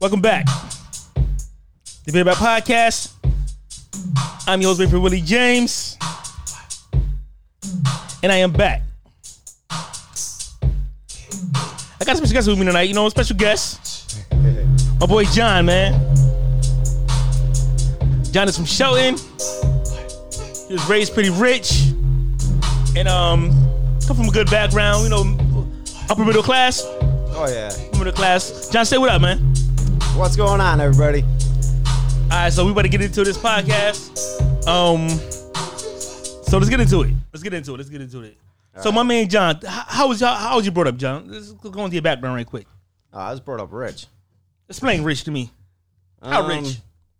Welcome back. The Beer Back Podcast. I'm your host, Ripper Willie James. And I am back. I got a special guest with me tonight. You know, a special guest. My boy John, man. John is from Shelton. He was raised pretty rich. And um come from a good background, you know, upper middle class. Oh yeah. Remember the class. John, say what up, man. What's going on, everybody? All right, so we about to get into this podcast. Um, so let's get into it. Let's get into it. Let's get into it. so my man John, h- how was y'all? How was you brought up, John? Let's go into your background right quick. Oh, I was brought up rich. Um, Explain rich to me. How rich?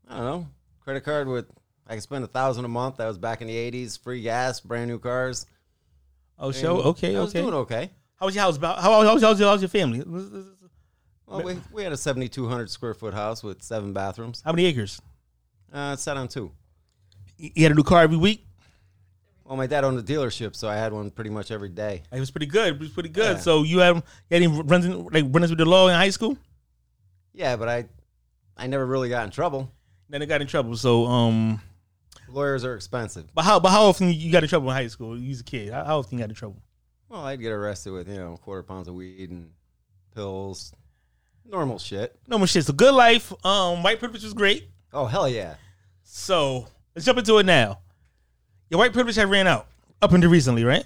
I don't know. Credit card with I could spend a thousand a month. That was back in the '80s. Free gas, brand new cars. Oh, show. Okay, I was okay. doing okay. How was your house? About how, how, was- how, was- how was your family? Let's- let's- let's- Well, we, we had a 7,200 square foot house with seven bathrooms. How many acres? Uh, it sat on two. You you had a new car every week. Well, my dad owned a dealership, so I had one pretty much every day. It was pretty good. It was pretty good. Yeah. So you had, you had any runs in, like runs with the law in high school? Yeah, but I, I never really got in trouble. Then they got in trouble. So um, Lawyers are expensive. but how but how often you got in trouble in high school? You was a kid. How, how often you got in trouble? Well, I'd get arrested with you know quarter pounds of weed and pills, normal shit. No more shit. So good life. Um, white privilege was great. Oh hell yeah. So let's jump into it now. Your white privilege had ran out up until recently, right?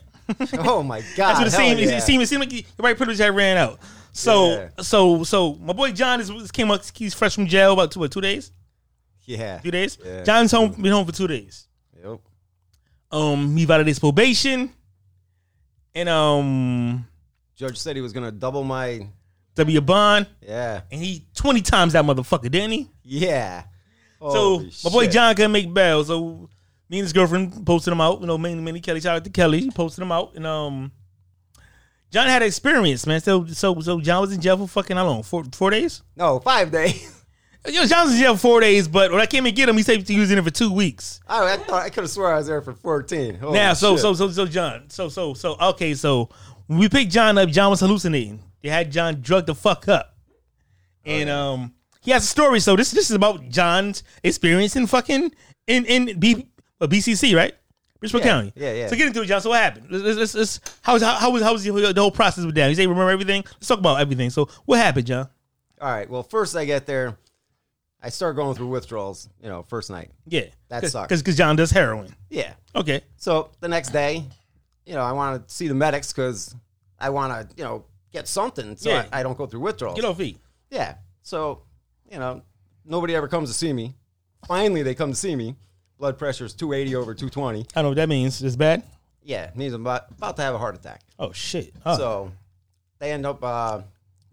Oh my god. That's what it hell seemed. it- yeah. It seemed. It seemed like your white privilege had ran out. So, Yeah. so, so, my boy John is just came up. He's fresh from jail about two, what, two days, Yeah. two days. Yeah. John's home. Been home for two days. Yep. Um, he violated his probation, and um, Judge said he was gonna double my. W bond, Yeah. and he twenty times that motherfucker, didn't he? Yeah. So Holy my boy shit. John couldn't make bail. So me and his girlfriend posted him out. You know, mainly Minnie Kelly. Shout out to Kelly. She posted him out, and um, John had experience, man. So so so John was in jail for fucking how long? Four four days. No, five days. Yo, John was in jail for four days, but when I came and get him, he said he was in there for two weeks. I, I thought I could have swore I was there for fourteen. Holy now, so Oh, shit. so so so John, so so so okay, so when we picked John up, John was hallucinating. They had John drugged the fuck up, Oh, and um, he has a story. So this this is about John's experience in fucking in in B, uh, BCC, right? Bridgeport Yeah, County. yeah, yeah. So get into it, John. So what happened? Let's, let's, let's, let's, how was how, how was how was the, the whole process with that? You say you remember everything? Let's talk about everything. So what happened, John? All right. Well, first I get there, I start going through withdrawals. You know, first night. Yeah, That Oh. sucks. because John does heroin. Yeah. Okay, So the next day, you know, I want to see the medics because I want to, you know, get something so Yeah. I, I don't go through withdrawals. get off feet. Yeah. So, you know, nobody ever comes to see me. Finally, they come to see me. Blood pressure is 280 over 220. I don't know what that means. It's bad. Yeah, he's about, about to have a heart attack. Oh shit. Oh. So they end up uh,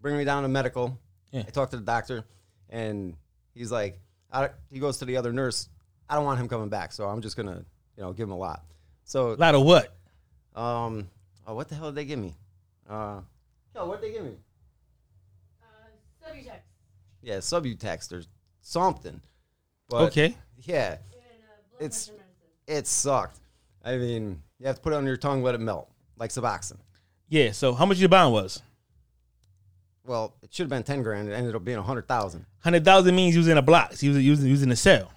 bringing me down to medical. Yeah. I talk to the doctor, and he's like, I, he goes to the other nurse. I don't want him coming back, so I'm just gonna, you know, give him a lot. So, a lot of what? um, oh, what the hell did they give me? Uh, yo, what did they give me? Subutex. Yeah, Subutex or something. But, okay. Yeah, It's- it sucked. I mean, you have to put it on your tongue, let it melt, like Suboxone. Yeah. So how much your bond was? Well, it should have been ten grand. It ended up being a hundred thousand. Hundred thousand means using a block. Using using using a cell.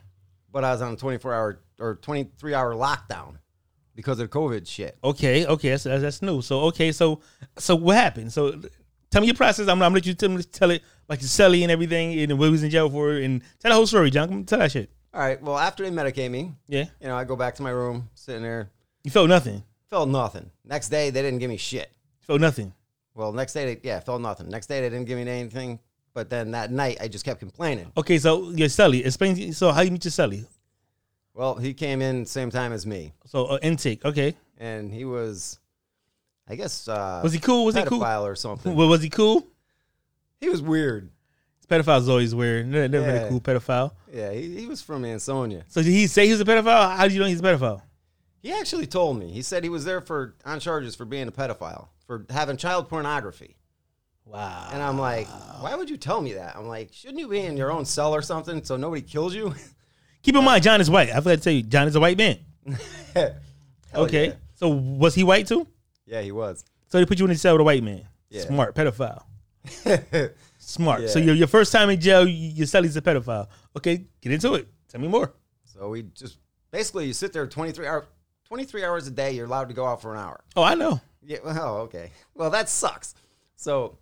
but I was on a 24 hour or 23 hour lockdown because of COVID shit. Okay. Okay. That's, that's that's new. So okay. So so what happened? So tell me your process. I'm, I'm gonna let you tell, me- tell it like your celly and everything and what he was in jail for and tell the whole story, John. Come Tell that shit. All right. Well, after they medicate me, Yeah. you know, I go back to my room, sitting there, You felt nothing. You felt nothing. Next day, they didn't give me shit. felt nothing. Well, next day, they, yeah, felt nothing. Next day, they didn't give me anything. But then that night, I just kept complaining. Okay. So your celly. Explain. So how you meet your celly? Well, he came in same time as me, So uh, intake. Okay. and he was, I guess, uh, Was he cool? Was he cool? pedophile or something. Wa- Was he cool? he was weird. Pedophile's always weird. Never, never been a Yeah. cool pedophile. Yeah, he, he was from Ansonia. So did he say he was a pedophile? How do you know he's a pedophile? He actually told me. He said he was there for on charges for being a pedophile, for having child pornography. Wow. And I'm like, why would you tell me that? I'm like, shouldn't you be in your own cell or something so nobody kills you? Keep in mind, John is white. I forgot to tell you, John is a white man. Hell okay. Yeah. So was he white too? Yeah, he was. So they put you in the cell with a white man. Yeah. Smart pedophile. Smart. So Yeah. your your first time in jail, y- your celly's a pedophile. Okay, get into it. Tell me more. So we just basically you sit there 23 hours, 23 hours a day. You're allowed to go out for an hour. Oh, I know. Yeah. Well, okay. Well, that sucks. So,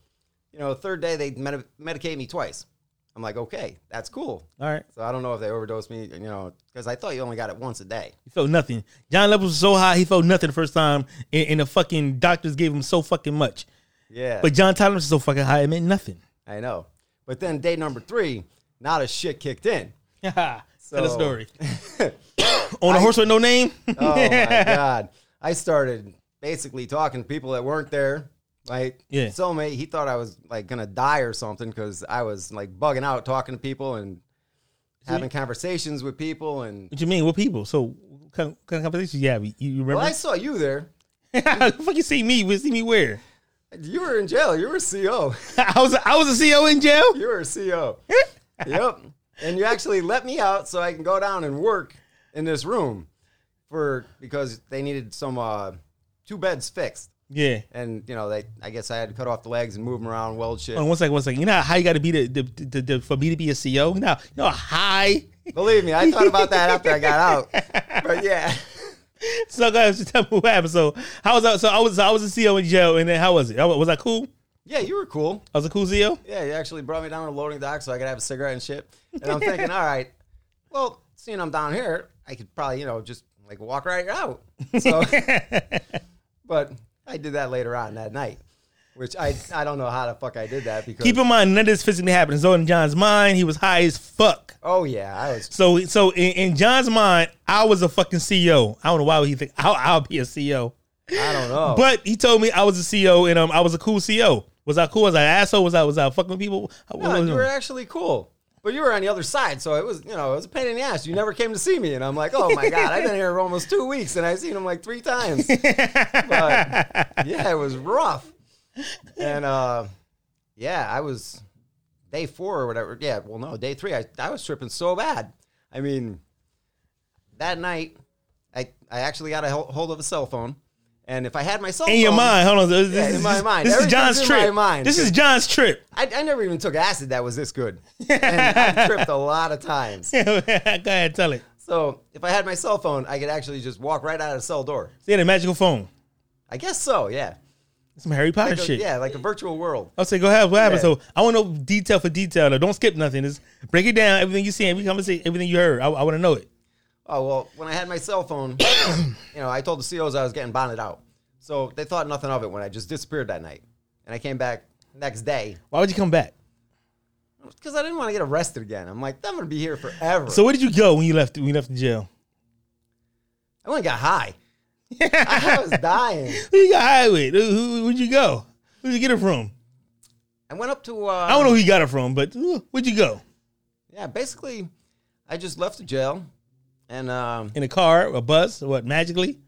you know, third day they medi- medicate me twice. I'm like, okay, that's cool. All right, So I don't know if they overdosed me, you know, because I thought you only got it once a day. he felt nothing. John levels was so high, he felt nothing the first time, and, and the fucking doctors gave him so fucking much. Yeah. But John tolerance is so fucking high, it meant nothing. I know. But then day number three, not a shit kicked in. Tell a So- story. On a horse with no name. Oh my god! I started basically talking to people that weren't there. Like Yeah. soulmate, he thought I was like gonna die or something because I was like bugging out, talking to people and having conversations with people. And What you mean? What people? So what kind of, kind of conversations you have? You, you remember? well, I saw you there. fuck you see me? You see me where? You were in jail. You were CO. I was I was a CO in jail. You were a CO. yep. And you actually let me out so I can go down and work in this room for because they needed some uh, two beds fixed. Yeah. And you know, they I guess I had to cut off the legs and move them around, weld shit. Hold on, one second, one second. You know how you got to be the, the, the, the for me to be a CO? You know, you know how high. Believe me, I thought about that after I got out. But yeah, So go ahead, just tell me what happened. So how was I? So I was I was a CO in jail, and then how was it? I wa- Was I cool? yeah, you were cool. I was a cool CO. Yeah, you actually brought me down to loading dock so I could have a cigarette and shit. And I'm thinking, all right, well, seeing I'm down here, I could probably you know just like walk right out. So, but I did that later on that night, which I I don't know how the fuck I did that because Keep in mind, none of this physically happened. It's all in John's mind. He was high as fuck. oh yeah, I was So so in, in John's mind, I was a fucking CEO. I don't know why would he think I'll, I'll be a CEO. I don't know. But he told me I was a CEO and um I was a cool CEO. Was I cool? Was I an asshole? Was I was I fucking with people? What No, was you I were doing? actually cool. But you were on the other side, so it was, you know, it was a pain in the ass. You never came to see me, and I'm like, oh my god, I've been here almost two weeks, and I've seen him like three times. But yeah, it was rough. And uh, yeah, I was day four or whatever. Yeah, well, no, day three, I, I was tripping so bad. I mean, that night, I I actually got a hel- hold of a cell phone, and if I had my cell in your phone, mind, hold on. This, Yeah, this in is- my mind. This is Everything's John's in trip. my mind. This is John's trip. I, I never even took acid that was this good. And I've tripped a lot of times. Go ahead, tell it. So if I had my cell phone, I could actually just walk right out of the cell door. They had a magical phone. I guess so, yeah. Some Harry Potter Like a- shit. Yeah, like a virtual world. I'll say, go ahead. What happened? Yeah. So I want to know detail for detail. Though. Don't skip nothing. Just break it down. Everything you see. Every conversation. Everything you heard. I, I want to know it. Oh, well, when I had my cell phone, you know, I told the COs I was getting bonded out. So they thought nothing of it when I just disappeared that night. And I came back next day Why would you come back? because I didn't want to get arrested again. I'm like, I'm going to be here forever. So where did you go when you left? When you left the jail? I went and got high. I was dying. Who you got high with? Who, who, where'd you go? Where'd you get it from? I went up to. Uh, I don't know who you got it from, but uh, where'd you go? Yeah, basically, I just left the jail, and um, In a car, a bus, what? Magically?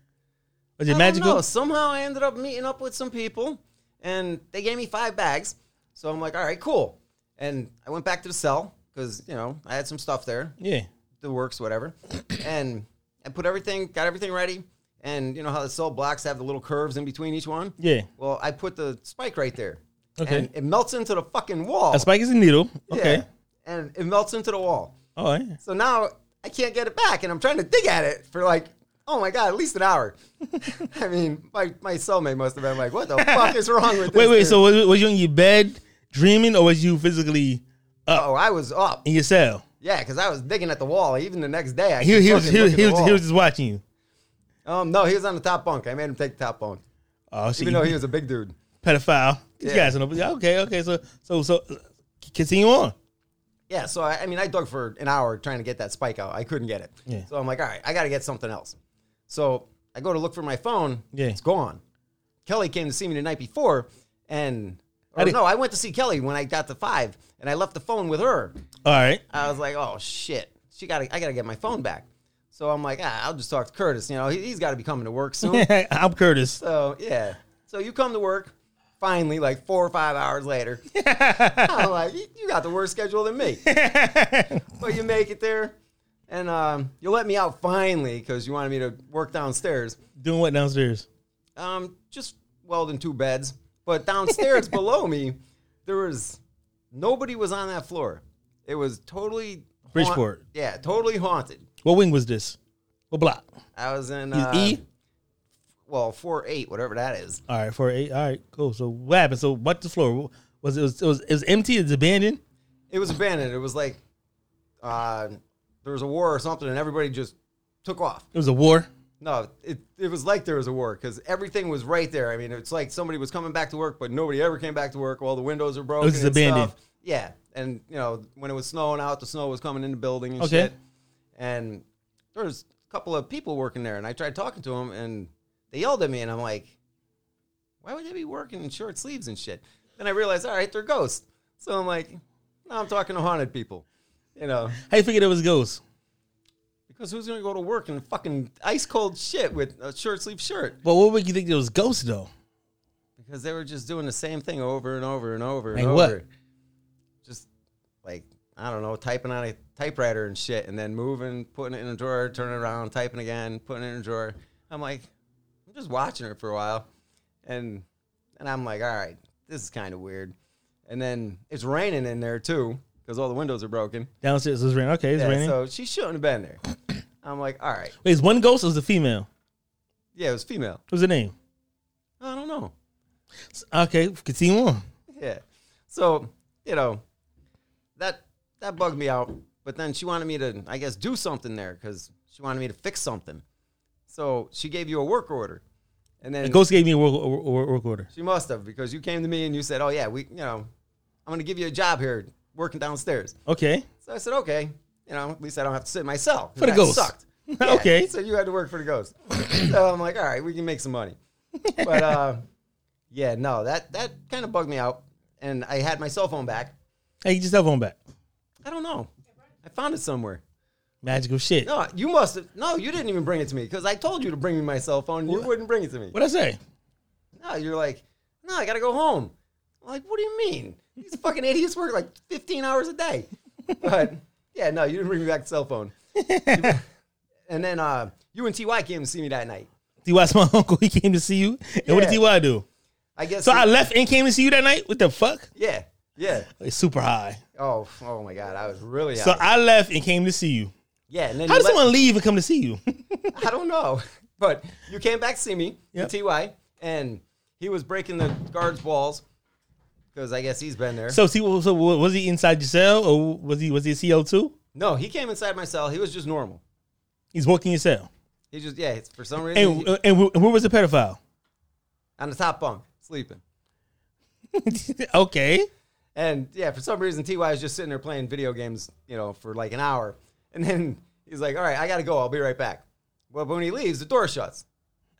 Was it I magical? Don't know. Somehow I ended up meeting up with some people, and they gave me five bags. So I'm like, all right, cool. And I went back to the cell because you know I had some stuff there, Yeah. the works, whatever. and I put everything, got everything ready. And you know how the cell blocks have the little curves in between each one? Yeah. Well, I put the spike right there. Okay. And it melts into the fucking wall. A spike is a needle. Okay. Yeah. And it melts into the wall. All right. So now I can't get it back, and I'm trying to dig at it for like, oh my god, at least an hour. I mean, my, my cellmate must have been like, what the fuck is wrong with this? Wait, wait. dude? So was, was you in your bed dreaming, or was you physically uh, oh, I was up, in your cell? yeah, because I was digging at the wall. Even the next day, I He, could he, was, fucking he, was, look at he, the was, wall. he was just watching you. um, no, he was on the top bunk. I made him take the top bunk, Oh, so even you though he was a big dude. pedophile. These Yeah. guys are no- yeah, okay, okay. So, so, so, uh, continue on. Yeah, so I, I mean, I dug for an hour trying to get that spike out. I couldn't get it. Yeah. So I'm like, all right, I got to get something else. So I go to look for my phone. Yeah. It's gone. Kelly came to see me the night before, and I or did- no, I went to see Kelly when I got to five, and I left the phone with her. All right. I was like, oh shit, she got. to I got to get my phone back. So I'm like, ah, I'll just talk to Curtis. You know, he, he's got to be coming to work soon. I'm Curtis. So yeah. So you come to work finally, like four or five hours later. I'm like, "You- you got the worse schedule than me. but you make it there, and um, you let me out finally because you wanted me to work downstairs. Doing what downstairs? Um, just welding two beds, but downstairs below me, there was nobody was on that floor. It was totally haunt- Bridgeport. yeah, totally haunted. What wing was this? What block? I was in He's uh, E. well four eight, whatever that is. All right, four eight. All right, cool. So what happened? So what the floor was? It was it was, it was empty. It's abandoned. It was abandoned. It was like uh, there was a war or something, and everybody just took off. It was a war. No, it, it was like there was a war because everything was right there. I mean, it's like somebody was coming back to work, but nobody ever came back to work. All the windows were broken. just and abandoned. Stuff. Yeah, and you know when it was snowing out, the snow was coming in the building and Okay. shit. And there was a couple of people working there, and I tried talking to them, and they yelled at me, and I'm like, "Why would they be working in short sleeves and shit?" Then I realized, all right, they're ghosts. So I'm like, "No, I'm talking to haunted people," you know. How you figured it was ghosts? Because who's gonna go to work in fucking ice cold shit with a short sleeve shirt? But what would you think it was ghosts though? because they were just doing the same thing over and over and over and Like over. what? Just like I don't know, typing on a typewriter and shit, and then moving, putting it in a drawer, turning it around, typing again, putting it in a drawer. I'm like, I'm just watching it for a while, and and I'm like, all right, this is kind of weird. And then it's raining in there too because all the windows are broken. Downstairs it was raining. Okay, it's Yeah, raining. so she shouldn't have been there. I'm like, all right, Wait, it's one ghost. Or was a female. yeah, it was female. What was the name? I don't know. Okay, continue on. Yeah. So, you know, that that bugged me out. But then she wanted me to, I guess, do something there because she wanted me to fix something. So she gave you a work order. And then The ghost gave me a work, a work- a work order. she must have because you came to me and you said, Oh yeah, we you know, I'm gonna give you a job here working downstairs. Okay, So I said, Okay. You know, at least I don't have to sit myself. For the That ghost. Sucked. Okay. So you had to work for the ghost. so I'm like, all right, we can make some money. But uh, yeah, no, that that kind of bugged me out. And I had my cell phone back. hey, get your cell phone back. I don't know. I found it somewhere. Magical shit. No, you must have. No, you didn't even bring it to me because I told you to bring me my cell phone. and You wouldn't bring it to me. What I say? No, you're like, no, I gotta go home. I'm like, what do you mean? These fucking idiots work like 15 hours a day. But yeah, no, you didn't bring me back the cell phone. and then uh, you and Ty came to see me that night. Ty's my uncle. He came to see you. And what did Yeah. Ty do? I guess. So I left and came to see you that night. What the fuck? yeah, yeah. It's super high. Oh, oh my God, I was really. So high. I left and came to see you. yeah, and then How you does let- someone leave and come to see you? I don't know. But you came back to see me, Yep. Ty, and he was breaking the guard's walls because I guess he's been there. so, see, so was he inside your cell or was he was he a CO two? no, he came inside my cell. He was just normal. He's working your cell. He just yeah. It's for some reason And uh, he- and wh- where was the pedophile? on the top bunk sleeping. okay. And yeah, for some reason Ty was just sitting there playing video games, you know, for like an hour. And then he's like, "All right, I gotta go. I'll be right back." Well, but when he leaves, the door shuts,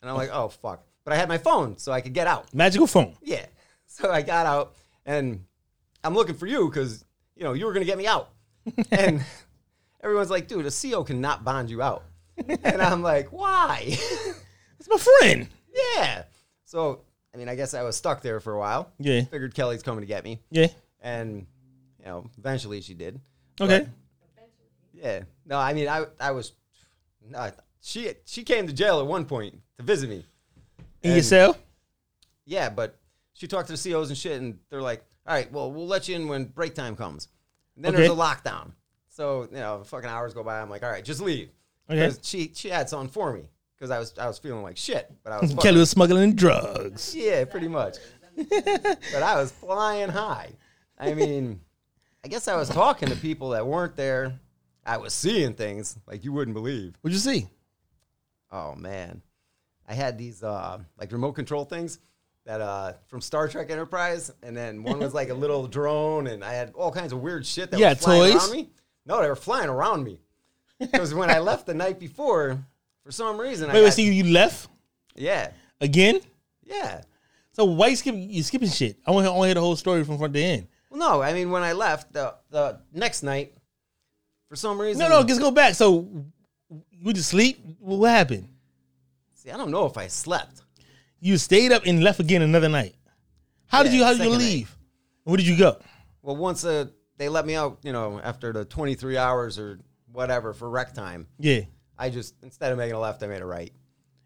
and I'm like, "Oh fuck!" But I had my phone, so I could get out. Magical phone. Yeah. So I got out and I'm looking for you because, you know, you were going to get me out. and everyone's like, dude, a CO cannot bond you out. and I'm like, why? It's my friend. yeah. So, I mean, I guess I was stuck there for a while. Yeah. Figured Kelly's coming to get me. Yeah. And, you know, eventually she did. Okay. Yeah. No, I mean, I, I was, no, she, she came to jail at one point to visit me. In your and- cell? Yeah, but she talked to the COs and shit, and they're like, "All right, well, we'll let you in when break time comes." And then there's a Okay. lockdown, so you know, fucking hours go by. I'm like, "All right, just leave." Okay. 'Cause She she had something for me because I was I was feeling like shit, but I was fucking, Kelly was smuggling drugs. yeah, pretty much. but I was flying high. I mean, I guess I was talking to people that weren't there. I was seeing things like you wouldn't believe. What'd you see? Oh man, I had these uh, like remote control things that uh, from Star Trek Enterprise, and then one was like a little drone, and I had all kinds of weird shit that Yeah, was flying toys. around me. No, they were flying around me because when I left the night before, for some reason, I Wait, got, wait, so you, you left yeah, again? yeah. So why you skip you skipping shit? I want to hear the whole story from front to end. Well, no, I mean when I left the the next night, for some reason, No, no, just go back. So you just sleep? What happened? See, I don't know if I slept. You stayed up and left again another night. How did Yeah, you how did you second night. leave? Where did you go? Well, once uh, they let me out, you know, after the twenty three hours or whatever for rec time. Yeah. I just instead of making a left, I made a right.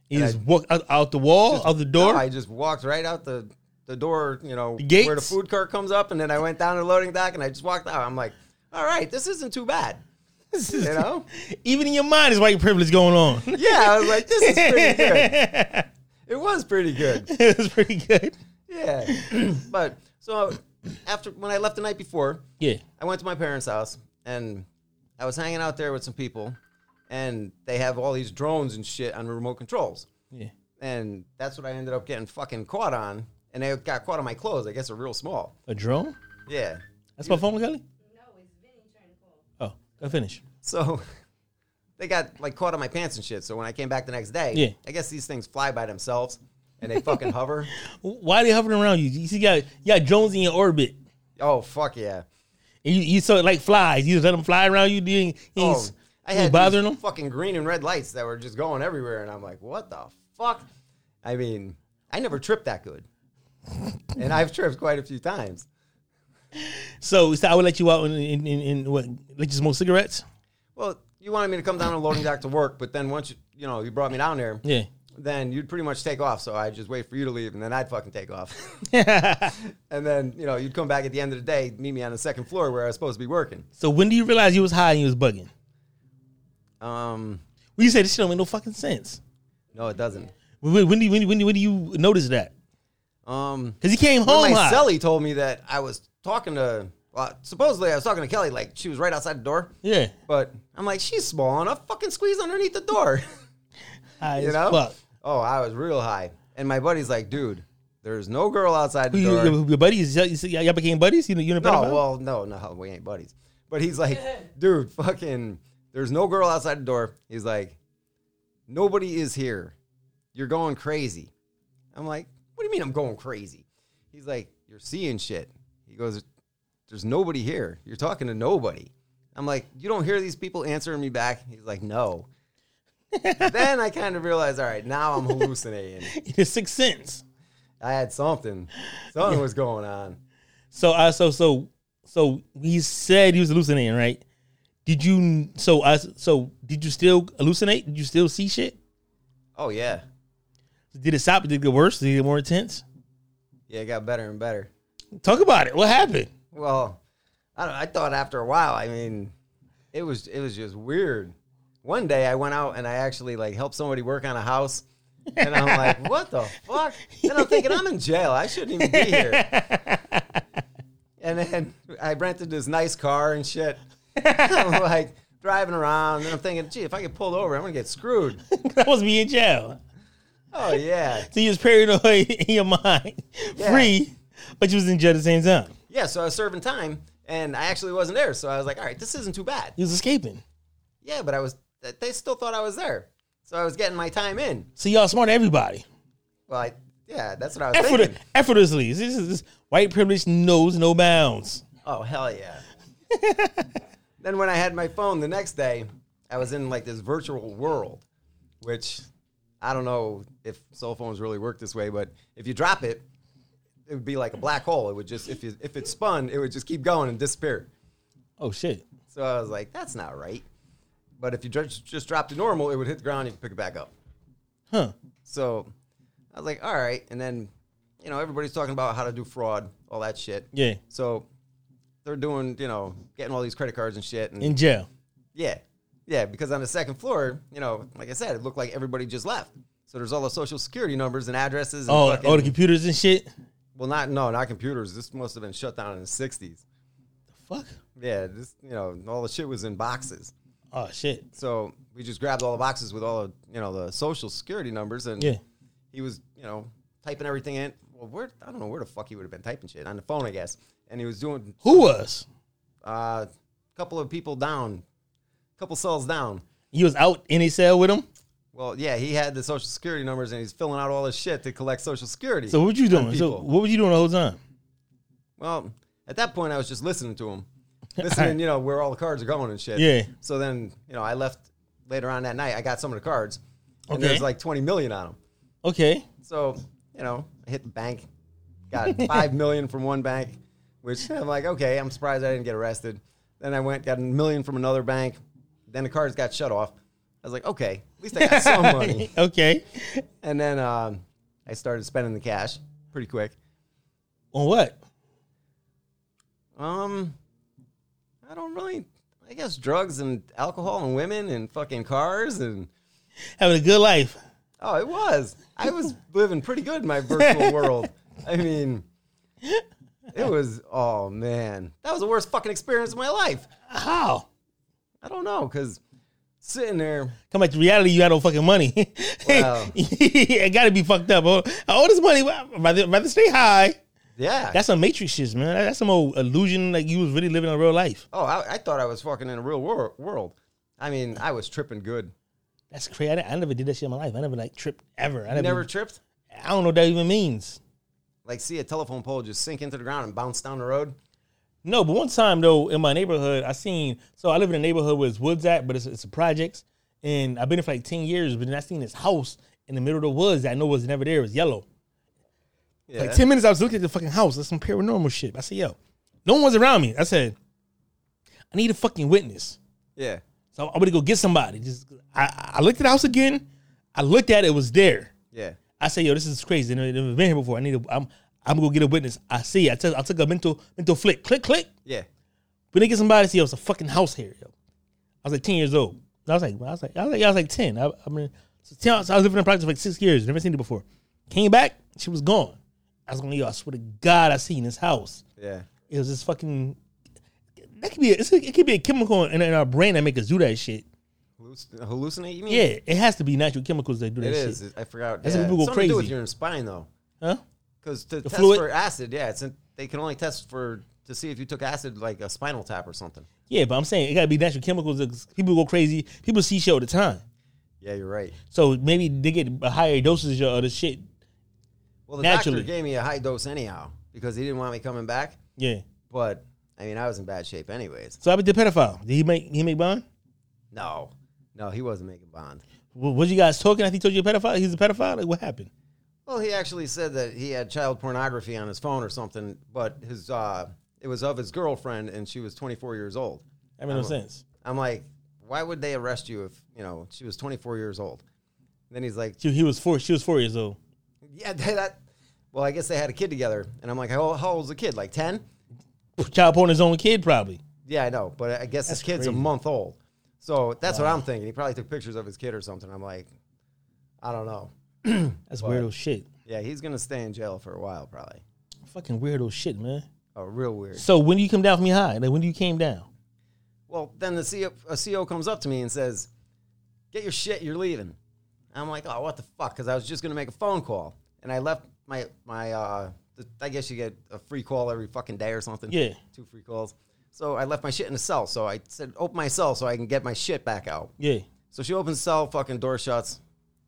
You And just I- walked out, out the wall, out the door? No, I just walked right out the the door, you know, gates? where the food cart comes up, and then I went down to the loading dock and I just walked out. I'm like, all right, this isn't too bad. You know? Even in your mind is white privilege going on. Yeah, I was like, this is pretty good. It was pretty good. it's pretty good. Yeah. But so after when I left the night before, Yeah. I went to my parents' house and I was hanging out there with some people and they have all these drones and shit on remote controls. Yeah. And that's what I ended up getting fucking caught on. And they got caught on my clothes. I guess they're real small. A drone? Yeah. That's my phone, Kelly? No, it's Vinny trying to call. Oh, I finish. So they got like caught on my pants and shit. So when I came back the next day, Yeah. I guess these things fly by themselves and they fucking hover. Why are they hovering around you? You see, you got, you got drones in your orbit. Oh fuck yeah. And you, you saw it like flies. You just let them fly around you. You ain't, you ain't Oh, s- I you had ain't bothering these them. fucking green and red lights that were just going everywhere, and I'm like, what the fuck? I mean, I never tripped that good, and I've tripped quite a few times. So, so I would let you out and, and, and, and what, let you smoke cigarettes? Well, you wanted me to come down to loading dock to work, but then once you, you know you brought me down there, Yeah. then you'd pretty much take off. So I just wait for you to leave, and then I'd fucking take off, and then you know you'd come back at the end of the day, meet me on the second floor where I was supposed to be working. So when do you realize you was high and you was bugging? Um, When you say this shit don't make no fucking sense. no, it doesn't. When, when, do, you- when, do- when, do- when do you notice that? Um, Because he came home when my high. cellie told me that I was talking to, well, supposedly I was talking to Kelly, like she was right outside the door. yeah. But I'm like, she's small enough. Fucking squeeze underneath the door. High you as know? fuck. Oh, I was real high. And my buddy's like, dude, there's no girl outside Who the you, door. your, your buddies? Y'all- You, see- y'all became buddies? You know, you know no, well, no, no, we ain't buddies. But he's like, dude, fucking, there's no girl outside the door. He's like, nobody is here. You're going crazy. I'm like, what do you mean I'm going crazy? He's like, you're seeing shit. He goes, there's nobody here. You're talking to nobody. I'm like, you don't hear these people answering me back? He's like, no. then I kind of realized, all right, now I'm hallucinating. the sixth sense. I had something. Something was going on. So I so so so he said he was hallucinating, right? Did you so I so did you still hallucinate? Did you still see shit? Oh, yeah. Did it stop? Did it get worse? Did it get more intense? Yeah, it got better and better. Talk about it. What happened? Well, I don't, I thought after a while. I mean, it was it was just weird. One day I went out and I actually like helped somebody work on a house, and I'm like, what the fuck? And I'm thinking I'm in jail. I shouldn't even be here. And then I rented this nice car and shit. I'm like driving around, and I'm thinking, gee, if I get pulled over, I'm gonna get screwed. That was me in jail. Oh yeah, So you was paranoid in your mind, Yeah. free, but you was in jail at the same time. yeah. So I was serving time, and I actually wasn't there. So I was like, all right, this isn't too bad. You was escaping. Yeah, but I was. They still thought I was there, so I was getting my time in. So y'all smart everybody. Well, I, yeah, that's what I was Effort, thinking. effortlessly. This is this white privilege knows no bounds. Oh hell yeah! then when I had my phone the next day, I was in like this virtual world, which I don't know if cell phones really work this way, but if you drop it, it would be like a black hole. It would just if you if it spun, it would just keep going and disappear. Oh shit. So I was like, that's not right. But if you dr- just dropped it normal, it would hit the ground. and You could pick it back up. Huh. So I was like, all right. And then, you know, everybody's talking about how to do fraud, all that shit. Yeah. So they're doing, you know, getting all these credit cards and shit. And In jail. yeah, yeah, because on the second floor, you know, like I said, it looked like everybody just left. So there's all the social security numbers and addresses. And Oh, fucking- all the computers and shit. well, not no, not computers. This must have been shut down in the '60s. Fuck. Yeah, this, you know, all the shit was in boxes. Oh shit. So we just grabbed all the boxes with all the, you know, the social security numbers and Yeah. he was, you know, typing everything in. Well, where I don't know where the fuck he would have been typing shit on the phone, I guess. And he was doing Who was? uh, a couple of people down, a couple cells down. You was out in a cell with him. Well, yeah, he had the social security numbers and he's filling out all this shit to collect social security. So what you on doing? So people. what were you doing the whole time? well, at that point, I was just listening to him, listening, you know, where all the cards are going and shit. Yeah. So then, you know, I left later on that night. I got some of the cards, and Okay. there's like 20 million on them. Okay. So, you know, I hit the bank, got five million from one bank, which I'm like, okay, I'm surprised I didn't get arrested. Then I went, got a million from another bank. Then the cards got shut off. I was like, okay, at least I got some money. okay. And then um, I started spending the cash pretty quick. On what? Um, I don't really. I guess drugs and alcohol and women and fucking cars and Having a good life. oh, it was. I was living pretty good in my virtual world. I mean, it was. Oh man, that was the worst fucking experience of my life. How? I don't know because sitting there. Come back to reality, you had no fucking money. Wow. it gotta be fucked up. All, all this money, I'd rather, rather stay high. Yeah. That's some matrix shit, man. That's some old illusion like you was really living a real life. oh, I, I thought I was fucking in a real wor- world. I mean, I was tripping good. That's crazy. I, I never did that shit in my life. I never like tripped ever. I You never, never tripped? I don't know what that even means. Like, see a telephone pole just sink into the ground and bounce down the road? No, but one time though in my neighborhood, I seen. So I live in a neighborhood where it's woods at, but it's, it's a projects, and I've been there for like ten years. But then I seen this house in the middle of the woods that I know was never there. It was yellow. Yeah. Like ten minutes, I was looking at the fucking house. That's some paranormal shit. I said, "Yo, no one was around me." I said, "I need a fucking witness." yeah. So I'm gonna go get somebody. Just I, I looked at the house again. I looked at it, it was there. Yeah. I say, yo, this is crazy. I've never been here before. I need. A, I'm. I'm gonna go get a witness. I see. I took. I took a mental mental flick. Click. Click. Yeah. But they get somebody. See, yo, it's a fucking house here. Yo, I was like ten years old. And I was like, I was like, I was like, I was like ten. I, I mean, so 10, so I was living in practice for like six years. Never seen it before. Came back. She was gone. I was going, yo, I swear to God, I seen this house. Yeah. It was this fucking. That could be. A, it's a, it could be a chemical in, in our brain that make us do that shit. Halluc- hallucinate, you mean? Yeah, it has to be natural chemicals that do that It shit. is. It- I forgot. That's yeah. when people go Something to do with crazy. your spine, though. Huh? Because to test fluid? for acid, yeah, it's in, they can only test for to see if you took acid like a spinal tap or something. Yeah, but I'm saying it gotta be natural chemicals. 'cause People go crazy. People see shit all the time, Yeah, you're right. so maybe they get a higher dosage of the shit. Well, the Naturally. doctor gave me a high dose anyhow because he didn't want me coming back. Yeah. But I mean, I was in bad shape anyways. So I bet the pedophile. Did he make he make bond? No, no, he wasn't making bond. What was you guys talking? I think he told you a pedophile. He's a pedophile. Like what happened? Well, he actually said that he had child pornography on his phone or something, but his uh, it was of his girlfriend and she was 24 years old. That made no I'm- sense. I'm like, why would they arrest you if you know she was 24 years old? then he's like, She, he was four. She was four years old. yeah, that. that- well, I guess they had a kid together, and I'm like, how, how old's the kid? Like 10? Child porn his own kid probably. Yeah, I know, but I guess That's his kid's crazy. a month old. So that's what I'm thinking. He probably took pictures of his kid or something. I'm like, I don't know. That's weirdo shit. Yeah, he's gonna stay in jail for a while, probably. Fucking weirdo shit, man. Oh, real weird. So when do you come down from your high? Like when do you came down? Well, then the CO, a CO comes up to me and says, "Get your shit, you're leaving." I'm like, "Oh, what the fuck?" Because I was just gonna make a phone call, and I left my my. Uh, th- I guess you get a free call every fucking day or something. Yeah. two free calls. So I left my shit in the cell. So I said, "Open my cell so I can get my shit back out." Yeah. So she opens the cell, fucking door shuts.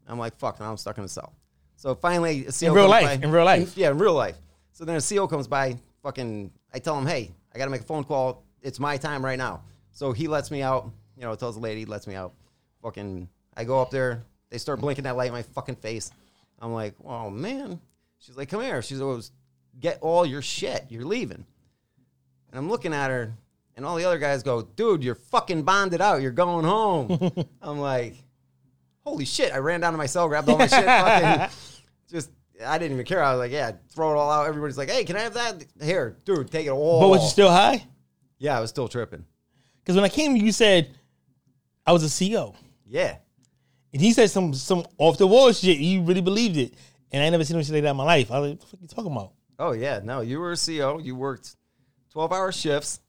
I'm like, "Fuck!" Now I'm stuck in the cell. So finally, a CO In real comes life. by- In real life. yeah, in real life. So then a CO comes by, fucking, I tell him, hey, I got to make a phone call. It's my time right now. So he lets me out, you know, tells the lady, lets me out. Fucking, I go up there. They start blinking that light in my fucking face. I'm like, oh, man. She's like, come here. She's always, get all your shit. You're leaving. And I'm looking at her, and all the other guys go, dude, you're fucking bonded out. You're going home. I'm like, holy shit. I ran down to my cell, grabbed all my shit, fucking just I didn't even care. I was like, yeah, throw it all out. Everybody's like, hey, can I have that? Here, dude, take it all. But was you still high? yeah, I was still tripping. Because when I came, you said I was a CO. Yeah, And he said some some off the wall shit. He really believed it. And I ain't never seen him shit like that in my life. I was like, what the fuck you talking about? Oh yeah, no, you were a CO. You worked twelve-hour shifts,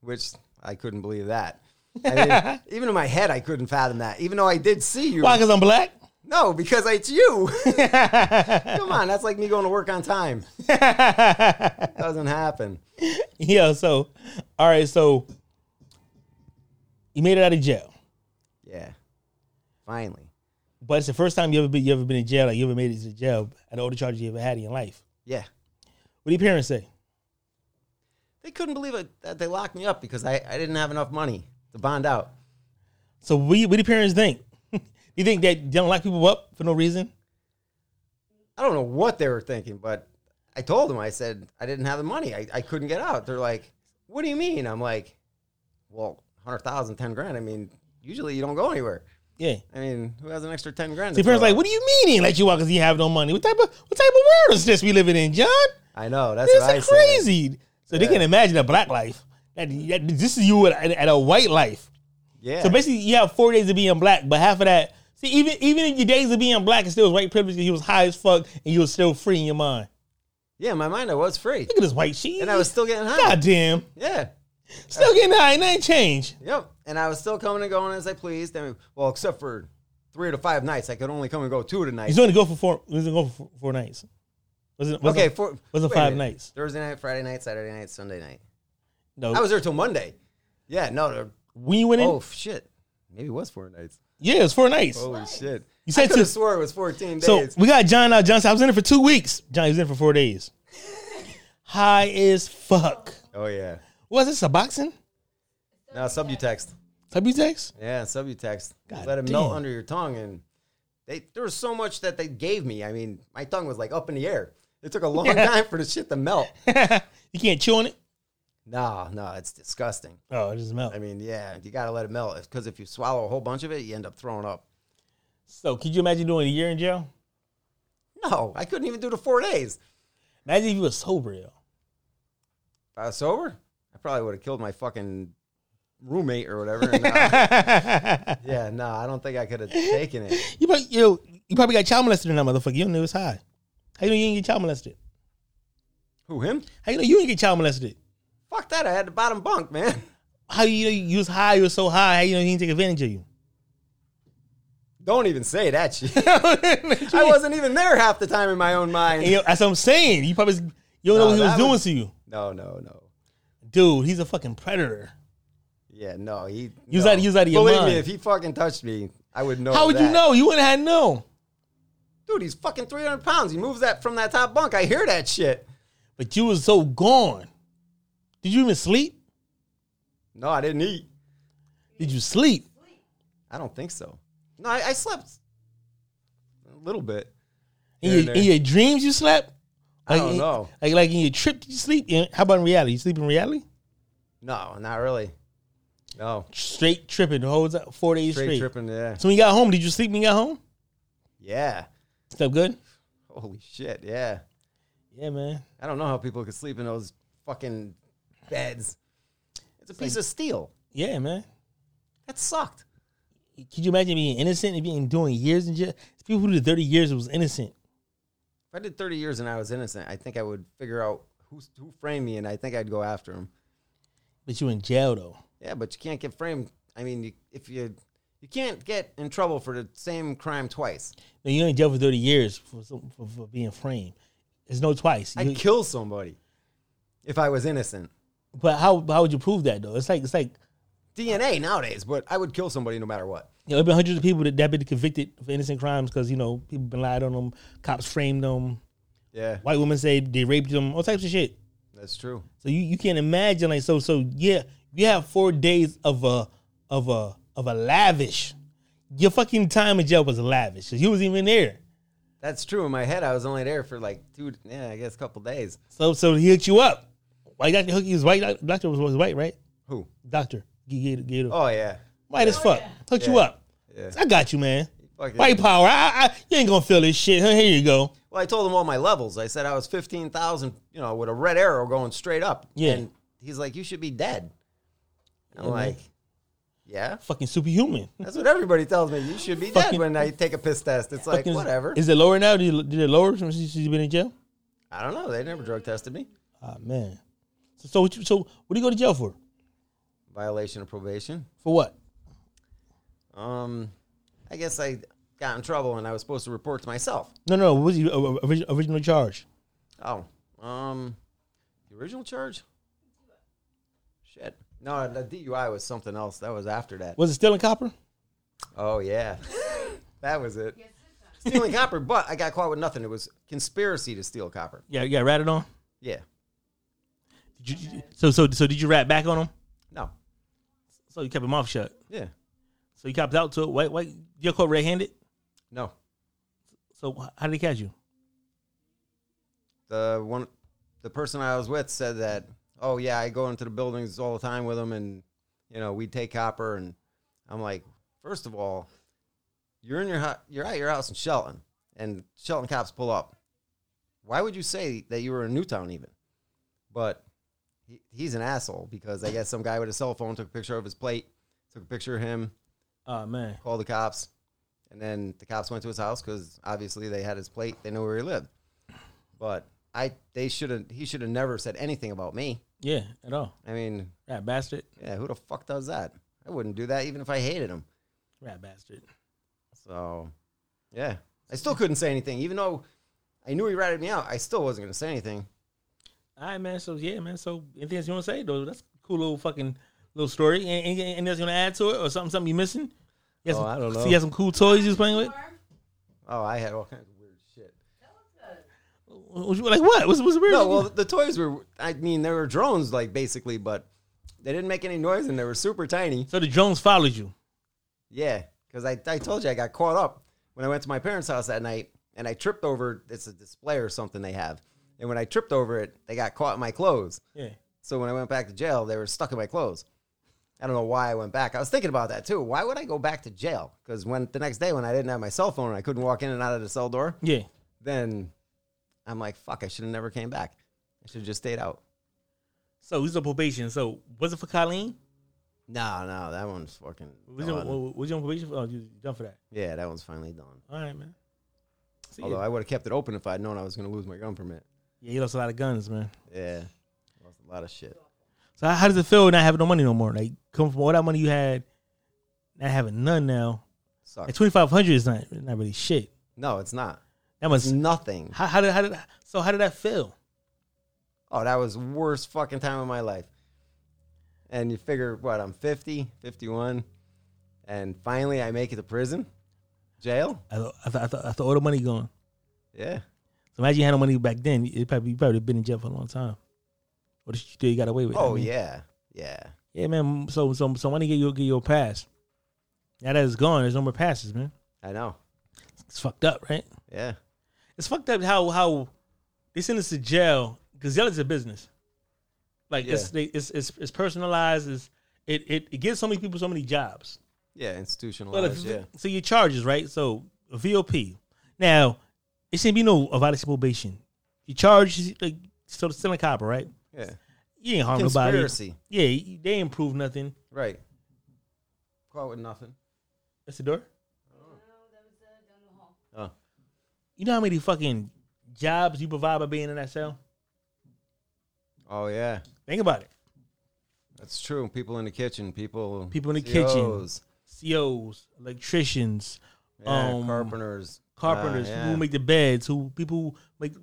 which I couldn't believe that. I mean, even in my head, I couldn't fathom that. Even though I did see you, Why? Because I'm black? no, because it's you. Come on, that's like me going to work on time. Doesn't happen. Yeah, so, all right, so you made it out of jail. Yeah, finally. But it's the first time you ever been you ever been in jail, like you ever made it to jail at all the charges you ever had in your life. Yeah, What do your parents say? they couldn't believe it that they locked me up because I, I didn't have enough money to bond out. So what do, you, what do your parents think? you think that they don't lock people up for no reason? I don't know what they were thinking, but I told them, I said, I didn't have the money. I, I couldn't get out. They're like, what do you mean? I'm like, well, 100,000, 10 grand. I mean, usually you don't go anywhere. Yeah. I mean, who has an extra ten grand? The to throw parents like, out? what do you mean he let you out because he have no money? What type of what type of world is this we living in, John? I know that's This what I is crazy. crazy. So they can imagine a black life. That, that- this is you at, at a white life. Yeah. So basically, you have four days of being black, but half of that. See, even even if your days of being black, it still was white privilege. He was high as fuck, and you were still free in your mind. yeah, in my mind I was free, Look at this white sheet. and I was still getting high. goddamn, Yeah. still getting high, and that ain't changed. Yep. And I was still coming and going as I pleased. I mean, well, except for three to five nights, I could only come and go two tonight. He's going to go for four. He's going to go for four, four nights. Was it was Okay, It, four. was it wait a five minute. nights? Thursday night, Friday night, Saturday night, Sunday night. no, I was there till Monday. Yeah. No. there- when you went in, Oh shit. Maybe it was four nights. yeah, it was four nights. Holy shit. You I said could have to- swore it was 14 days. So we got John out. John said, I was in it for two weeks. John he was in it for four days. High as fuck. oh yeah. Was this a boxing? Now subutext. Subutex? Yeah, subutext. God Let them damn. melt under your tongue, and they there was so much that they gave me. I mean, my tongue was like up in the air. It took a long time for the shit to melt. you can't chew on it? No, no, it's disgusting. Oh, it just melt. I mean, yeah, you gotta let it melt because if you swallow a whole bunch of it, you end up throwing up. So could you imagine doing a year in jail? No, I couldn't even do the four days. Imagine if you was sober, yo. If I was sober, I probably would have killed my fucking roommate or whatever. and, uh, you, yeah, no, I don't think I could have taken it. probably, yo, you probably got child molested in that motherfucker. You knew it was high. How you know you didn't get child molested? Who him? How you know you didn't get child molested? Fuck that! I had the bottom bunk, man. How do you know you was high? You was so high. How you know he didn't take advantage of you? Don't even say that shit. I wasn't even there half the time in my own mind. And, yo, that's what I'm saying. You probably you don't know No, what he was that doing was- to you. No, no, no. dude, he's a fucking predator. Yeah, no. He You was no. out- you was out of your Believe mind. me, if he fucking touched me, I would know. How would you Oh, that. know? You wouldn't have known. dude? He's fucking three hundred pounds. He moves that from that top bunk. I hear that shit. But you was so gone. Did you even sleep? No, I didn't eat. Did you sleep? I don't think so. No, I, I slept a little bit. In Here your, and in there. your dreams, you slept. I don't in- know. Like, like in your trip, did you sleep? In, how about in reality? You sleep in reality? No, not really. No, Straight tripping the whole time, four days straight. straight tripping. Yeah, So when you got home, did you sleep when you got home? yeah. Stuff good? Holy shit. Yeah, Yeah, man. I don't know how people could sleep in those fucking beds. It's a piece of steel. Yeah, man. That sucked. Could you imagine being innocent and being doing years in jail? It's people who did 30 years it was innocent. If I did 30 years and I was innocent, I think I would figure out who, who framed me and I think I'd go after him. But you in jail, though. Yeah, but you can't get framed. I mean, you, if you you can't get in trouble for the same crime twice. No, you're in jail for 30 years for, some- for, for being framed. There's no twice. You- I'd kill somebody if I was innocent. But how how would you prove that though? It's like it's like DNA nowadays, but I would kill somebody no matter what. you know, there've been hundreds of people that that been convicted for innocent crimes because you know people been lied on them, cops framed them, Yeah, white women say they raped them, all types of shit. that's true. So you, you can't imagine like so so yeah you have four days of a of a of a lavish. Your fucking time in jail was lavish. 'cause You was even there. That's true. In my head, I was only there for like two, yeah, I guess a couple days. So so he hooked you up. Why got hook you was white doc- doctor was, was white right? Who? Doctor Gator Gator Oh yeah, white as fuck hooked you up. Yeah. I got you man. Fucking- White power. I, I you ain't gonna feel this shit. Here you go. Well, I told him all my levels. I said I was 15,000, you know, with a red arrow going straight up. Yeah. And he's like, you should be dead. I'm Yeah, man. like, yeah. fucking superhuman. That's what everybody tells me. You should be dead Fucking- when I take a piss test. It's like, Fucking- whatever. Is it lower now? Did it, did it lower since she- she's been in jail? I don't know. They never drug tested me. Ah man. So so what, you, so what do you go to jail for? Violation of probation. For what? Um, I guess I got in trouble and I was supposed to report to myself. No no. What was the o- o- origi- original charge? Oh, um, the original charge? Shit. No, the DUI was something else. That was after that. Was it stealing copper? Oh yeah, that was it. Stealing copper, but I got caught with nothing. It was conspiracy to steal copper. Yeah, you got ratted on. Yeah, Did you, did you- so so so did you rat back on him? no, So you kept him off shut. yeah, So you copped out to it. White white. You're caught red handed. no. So h- how did they catch you? The one, the person I was with said that. Oh yeah, I go into the buildings all the time with them, and you know we take copper. And I'm like, first of all, You're in your hou- you're at your house in Shelton, and Shelton cops pull up. Why would you say that you were in Newtown even? But he, he's an asshole because I guess some guy with a cell phone took a picture of his plate, took a picture of him, Oh man. called the cops, and then the cops went to his house because obviously they had his plate, they knew where he lived. But I they should have he should have never said anything about me. Yeah, at all. I mean, Rat bastard. yeah, who the fuck does that? I wouldn't do that even if I hated him. Rat bastard. So, yeah, I still couldn't say anything, even though I knew he ratted me out. I still wasn't gonna say anything. All right, man. So yeah, man. So anything else you want to say though? That's a cool little fucking little story. An- an- Anything else you want to add to it, or something something you missing? You had Oh, some, I don't so know. You had some cool toys you was playing with. Farm? Oh, I had all kinds of weird shit. Was you- Like what? What's what's weird? No, well, the toys were. I mean, they were drones, like basically, but they didn't make any noise and they were super tiny. so the drones followed you. Yeah, because I, I told you I got caught up when I went to my parents' house that night and I tripped over. It's a display or something they have, and when I tripped over it, they got caught in my clothes. Yeah. So when I went back to jail, they were stuck in my clothes. I don't know why I went back. I was thinking about that too. Why would I go back to jail? Because when the next day when I didn't have my cell phone and I couldn't walk in and out of the cell door, Yeah. then I'm like, fuck, I should have never came back. I should have just stayed out. So he's on probation. So was it for Colleen? No, no, that one's fucking. Was, you, done. on, was you on probation? For? Oh, you done for that? Yeah, that one's finally done. All right, man. See, Although I would have kept it open if I'd known I was going to lose my gun permit. yeah, you lost a lot of guns, man. Yeah, lost a lot of shit. So how, how does it feel not having no money no more? Like coming from all that money you had, not having none now. At Sucks. twenty five hundred is not not really shit. No, it's not. That It's must nothing. how, how did how did so how did that feel? Oh, that was worst fucking time of my life. And you figure, what, I'm 50, 51, and finally I make it to prison, jail. I thought I thought, I thought, I thought all the money gone. Yeah. So imagine you had no money back then. It probably you probably been in jail for a long time. What did you do? You got away with? Oh I mean, yeah, yeah. yeah, man. So so so money get you get your pass. Now that it's gone, there's no more passes, man. I know. It's fucked up, right? Yeah, It's fucked up how how they send us to jail because jail is a business. Like it's, Yeah. they, it's it's it's personalized. It's, it, it it gives so many people so many jobs. yeah. Well, Institutionalized. if, yeah. So your charges, right? So a VOP. Now, it shouldn't be no a violation probation. You charge like so still a copper, right? Yeah. You ain't harm Conspiracy. nobody. Yeah, you- they ain't prove nothing. Right. Caught with nothing. That's the door. No, that was uh, down the Oh. hall. You know how many fucking jobs you provide by being in that cell? Oh yeah, Think about it. that's true. People in the kitchen. People. E People in the COs, COs, electricians, Yeah, um, carpenters. carpenters, Uh, people who make the beds, who people who make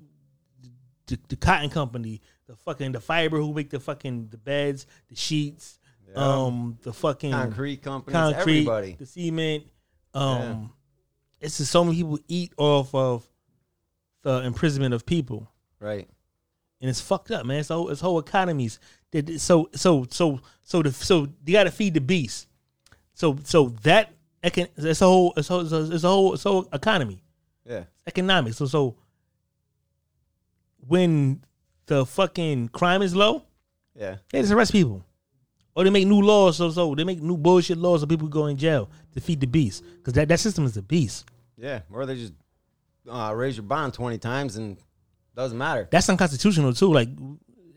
the, the cotton company, the fucking the fiber who make the fucking the beds, the sheets, yeah. um, the fucking concrete companies. concrete, Everybody. the cement. Um, it's just so many people eat off of the imprisonment of people, Right. and it's fucked up, man. It's whole, it's whole economies. That- that- So so so so the so you got to feed the beast. So so that econ- it's a whole it's a whole it's a whole, it's a whole economy Yeah. economics. So so when the fucking crime is low, Yeah. they just arrest people. Or they make new laws, so so they make new bullshit laws so people go in jail to feed the beast. Because that, that system is a beast. Yeah, or they just uh, raise your bond twenty times and doesn't matter. That's unconstitutional too. Like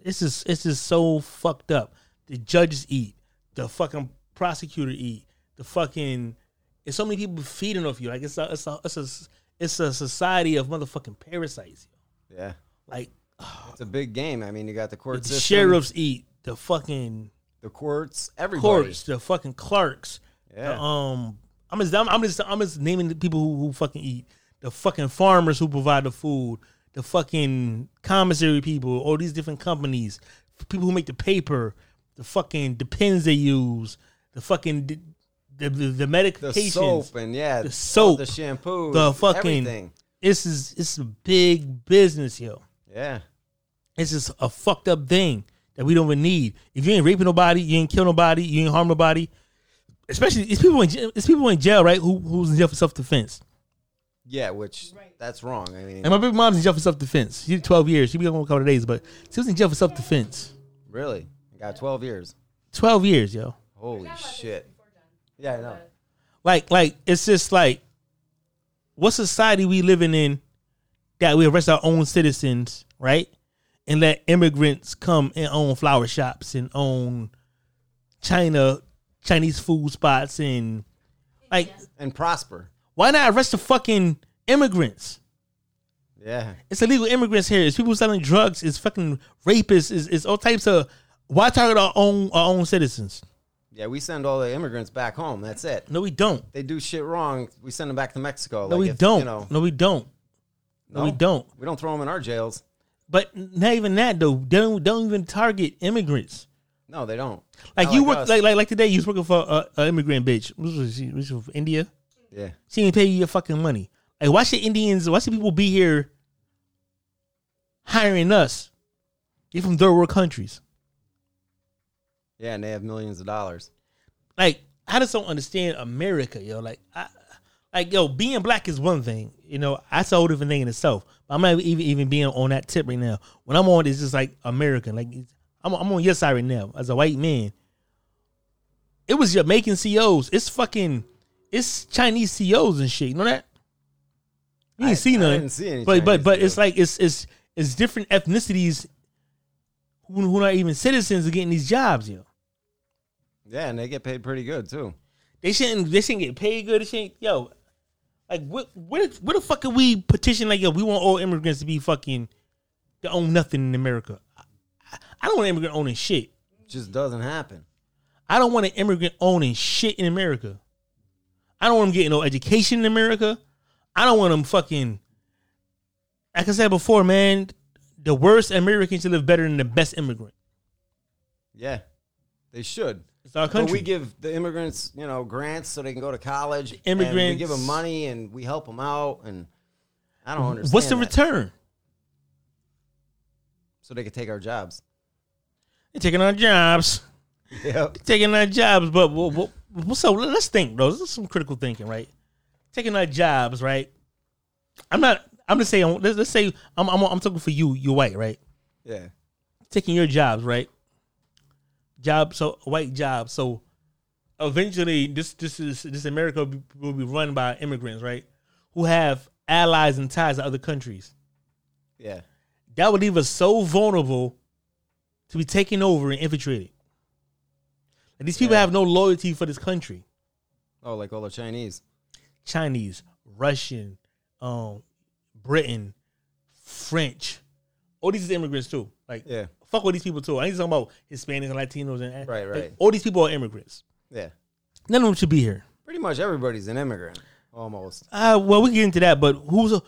it's just it's just so fucked up. The judges eat, the fucking prosecutor eat, the fucking it's so many people feeding off you. Like it's a it's a it's a, it's a society of motherfucking parasites. Yeah, Like it's a big game. I mean, you got the court the system, sheriffs eat, the fucking the courts, everybody. courts, the fucking clerks. Yeah. The, um, I'm just I'm, I'm just I'm just naming the people who, who fucking eat the fucking farmers who provide the food, the fucking commissary people, all these different companies, people who make the paper, the fucking the pens they use, the fucking the the, the, the the medications. soap and yeah, all soap, the shampoo, the fucking- everything. This is it's a big business, yo. Yeah, It's just a fucked up thing that we don't even need. If you ain't raping nobody, you ain't kill nobody, you ain't harm nobody. Especially it's people in jail, it's people in jail, right? Who who's in jail for self defense. yeah, which Right. that's wrong. I mean, And my big mom's in jail for self defense. She did twelve years. She be gone a couple of days, but she was in jail for self defense. really, I got twelve years. Twelve years, yo. Holy Talk about this shit! before, John. Yeah, I know. Like like it's just like what society we living in that we arrest our own citizens, right? And let immigrants come and own flower shops and own China Chinese food spots and like and prosper. why not arrest the fucking immigrants? Yeah. It's illegal immigrants here. It's people selling drugs. It's fucking rapists. It's, it's all types of. Why target our own our own citizens? Yeah, we send all the immigrants back home. That's it. No, we don't. They do shit wrong. We send them back to Mexico. No, like we if, don't. You know, no, we don't. No, we no? don't. We don't throw them in our jails. But not even that though. They don't don't even target immigrants. No, they don't. Like Not you work us. like, like like today. You was working for a, a immigrant bitch. What was she? Was she from India? yeah. She didn't pay you your fucking money. Like why should Indians? Why should people be here hiring us? You're from third world countries. Yeah, and they have millions of dollars. like I just don't understand America, yo. Like I like yo, being black is one thing. You know, that's a whole different thing in itself. But I'm not even even being on that tip right now. When I'm on, it's just like American. Like it's- I'm I'm on your side right now as a white man. It was Jamaican COs. It's fucking it's Chinese COs and shit. You know that? You I- ain't see I none. didn't see any But but Chinese but it's COs. like it's it's it's different ethnicities who who not even citizens are getting these jobs, yo. Yeah, and they get paid pretty good too. They shouldn't. They shouldn't get paid good. They shouldn't. Yo, like what? Where? Where the fuck are we petition? Like yo, we want all immigrants to be fucking to own nothing in America. I, I don't want an immigrant owning shit. Just doesn't happen. I don't want an immigrant owning shit in America. I don't want them getting no education in America. I don't want them fucking. Like I said before, man, the worst American should live better than the best immigrant. Yeah, they should. It's our But country. we give the immigrants, you know, grants so they can go to college. and we immigrants- give them money and we help them out. And I don't understand. What's the that. return? So they could take our jobs. They're taking our jobs. Yep. taking our jobs, but wha- wha- wha- so let's think though. This is some critical thinking, right? Taking our jobs, right? I'm not. I'm just saying. Let's, let's say I'm, I'm. I'm talking for you. You're white, right? Yeah. Taking your jobs, right? Job. So white jobs. So eventually, this this is this America will be, will be run by immigrants, right? Who have allies and ties to other countries. Yeah. That would leave us so vulnerable to be taken over and infiltrated. And these people Yeah. have no loyalty for this country. Oh, like all the Chinese. Chinese, Russian, um, Britain, French. All these is immigrants too. Like, Yeah. fuck with these people too. I ain't talking about Hispanics and Latinos and Right, like, right. all these people are immigrants. Yeah. None of them should be here. Pretty much everybody's an immigrant, almost. Uh, well, we can get into that, but who's? All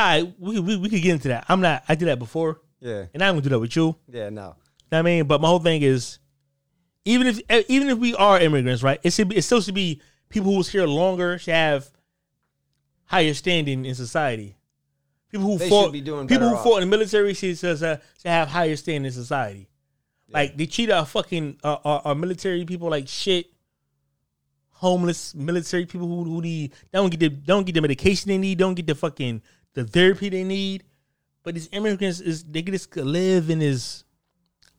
right, we we we could get into that. I'm not. I did that before, Yeah. and I'm gonna do that with you. Yeah. No. know what I mean, but my whole thing is, even if eh, even if we are immigrants, right? It should be, it still should be people who's here longer should have higher standing in society. People who They fought, should be doing people better who off. fought in the military should, should, should have higher standing in society. Like they treat our fucking our, our, our military people like shit. Homeless military people who who need they don't get the they don't get the medication they need, don't get the fucking the therapy they need. But these immigrants is they can just live in this.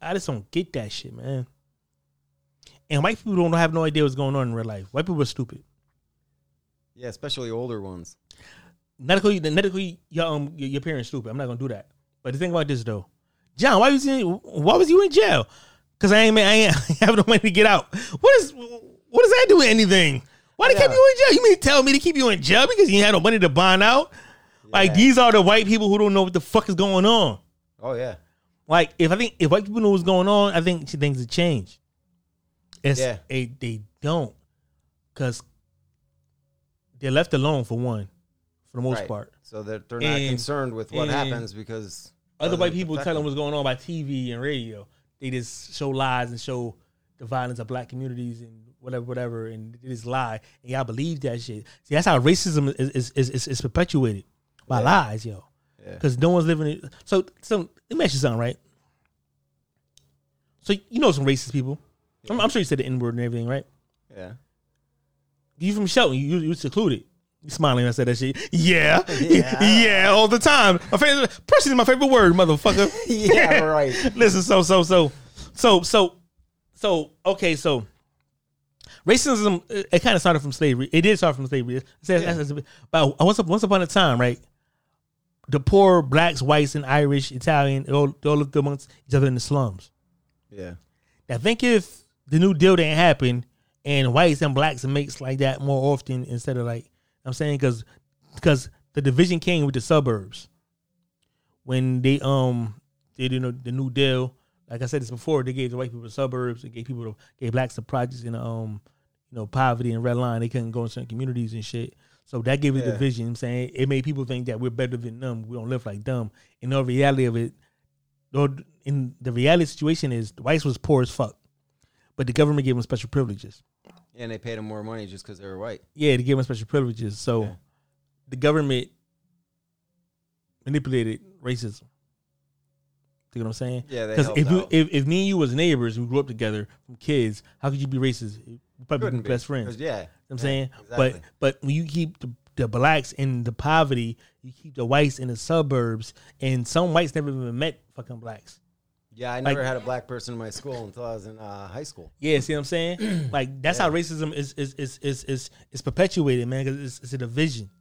I just don't get that shit, man. And white people don't have no idea what's going on in real life. White people are stupid. Yeah, especially older ones. Not to call you, not to call you your um your, your parents stupid. I'm not gonna do that. But the thing about this though, John, why was you why was you in jail? Cause I ain't ma- I ain't have no money to get out. What is what does that do with anything? Why they keep Yeah. you in jail? You mean to tell me to keep you in jail because you ain't had no money to bond out? Like Yeah. these are the white people who don't know what the fuck is going on. Oh yeah. Like if I think if white people knew what's going on, I think she- things would change. It's Yeah. they they don't because they're left alone for one, for the most Right. part. So that they're not And- concerned with what and- happens because Other doesn't white people affect tell them them. what's going on by TV and radio. They just show lies and show the violence of black communities and whatever, whatever, and they just lie. And y'all believe that shit. See, that's how racism is is is, is, is perpetuated by Yeah. lies, yo. Yeah. Because no one's living. It. So, so let me ask you something, right? So you know some racist people. I'm, I'm sure you said the N word and everything, right? Yeah. You from Shelton? You you secluded. You smiling when I said that shit. Yeah, yeah, Yeah. all the time. My favorite, precious is my favorite word, motherfucker. Yeah, right. Listen, so so so so so so okay, so racism it, it kind of started from slavery. It did start from slavery. It says- that's- that's- but once up- once upon a time, right? The poor blacks, whites, and Irish, Italian, they all, they all lived amongst each other in the slums. Yeah. Now think if the new deal didn't happen and whites and blacks mixed like that more often instead of like I'm saying because because the division came with the suburbs when they um they did the new deal. Like I said this before, they gave the white people the suburbs, they gave people gave blacks the projects in um you know poverty and red line. They couldn't go in certain communities and shit. So that gave it Yeah. division. I'm saying it made people think that we're better than them. We don't live like them. And the reality of it, or in the reality situation is the whites was poor as fuck, but the government gave them special privileges. And they paid them more money just because they were white. Yeah, they gave them special privileges. So Yeah. the government manipulated racism. You know what I'm saying? Yeah, they Because helped if, you- out. if if me and you was neighbors, we grew up together from kids. How could you be racist? You probably be Couldn't be. best friends. 'Cause, Yeah. You know what I'm saying, exactly. but but when you keep the, the blacks in the poverty, you keep the whites in the suburbs, and some whites never even met fucking blacks. Yeah, I like- never had a black person in my school until I was in uh, high school. Yeah, see what I'm saying? like that's how racism is is is is is, is perpetuated, man. Because it's, it's a division.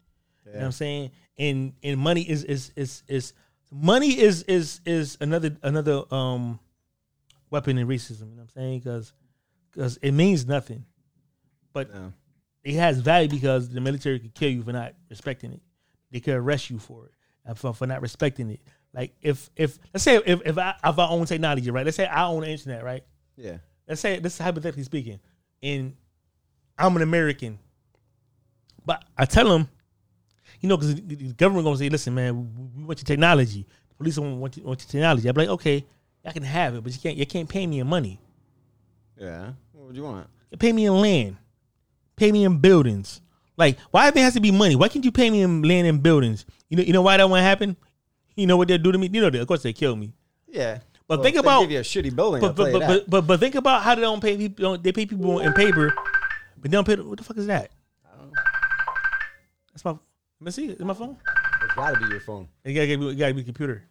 You know what I'm saying? And and money is is is is money is is is another another um weapon in racism. You know what I'm saying? Because because it means nothing, but No. it has value because the military could kill you for not respecting it. They could arrest you for it uh, for, for not respecting it. Like if if let's say if if I if I own technology, right? Let's say I own the internet, right? Yeah. let's say this is hypothetically speaking, and I'm an American, but I tell them, you know, because the government gonna say, listen, man, we want your technology. The police don't want your, want your technology. I'm like, okay, I can have it, but you can't you can't pay me in money. Yeah. What would you want? You pay me in land, pay me in buildings. Like, why it has to be money? Why can't you pay me in land and buildings? You know, you know why that won't happen. You know what they'll do to me? You know, they, of course they kill me. Yeah. But Well, think if they about- give you a shitty building. But I'll but play but, it but out. but but think about how they don't pay people. They pay people in paper, but they don't pay. What the fuck is that? That's my. Let me see. Is my phone? it's gotta be your phone. It gotta, be, it gotta be computer.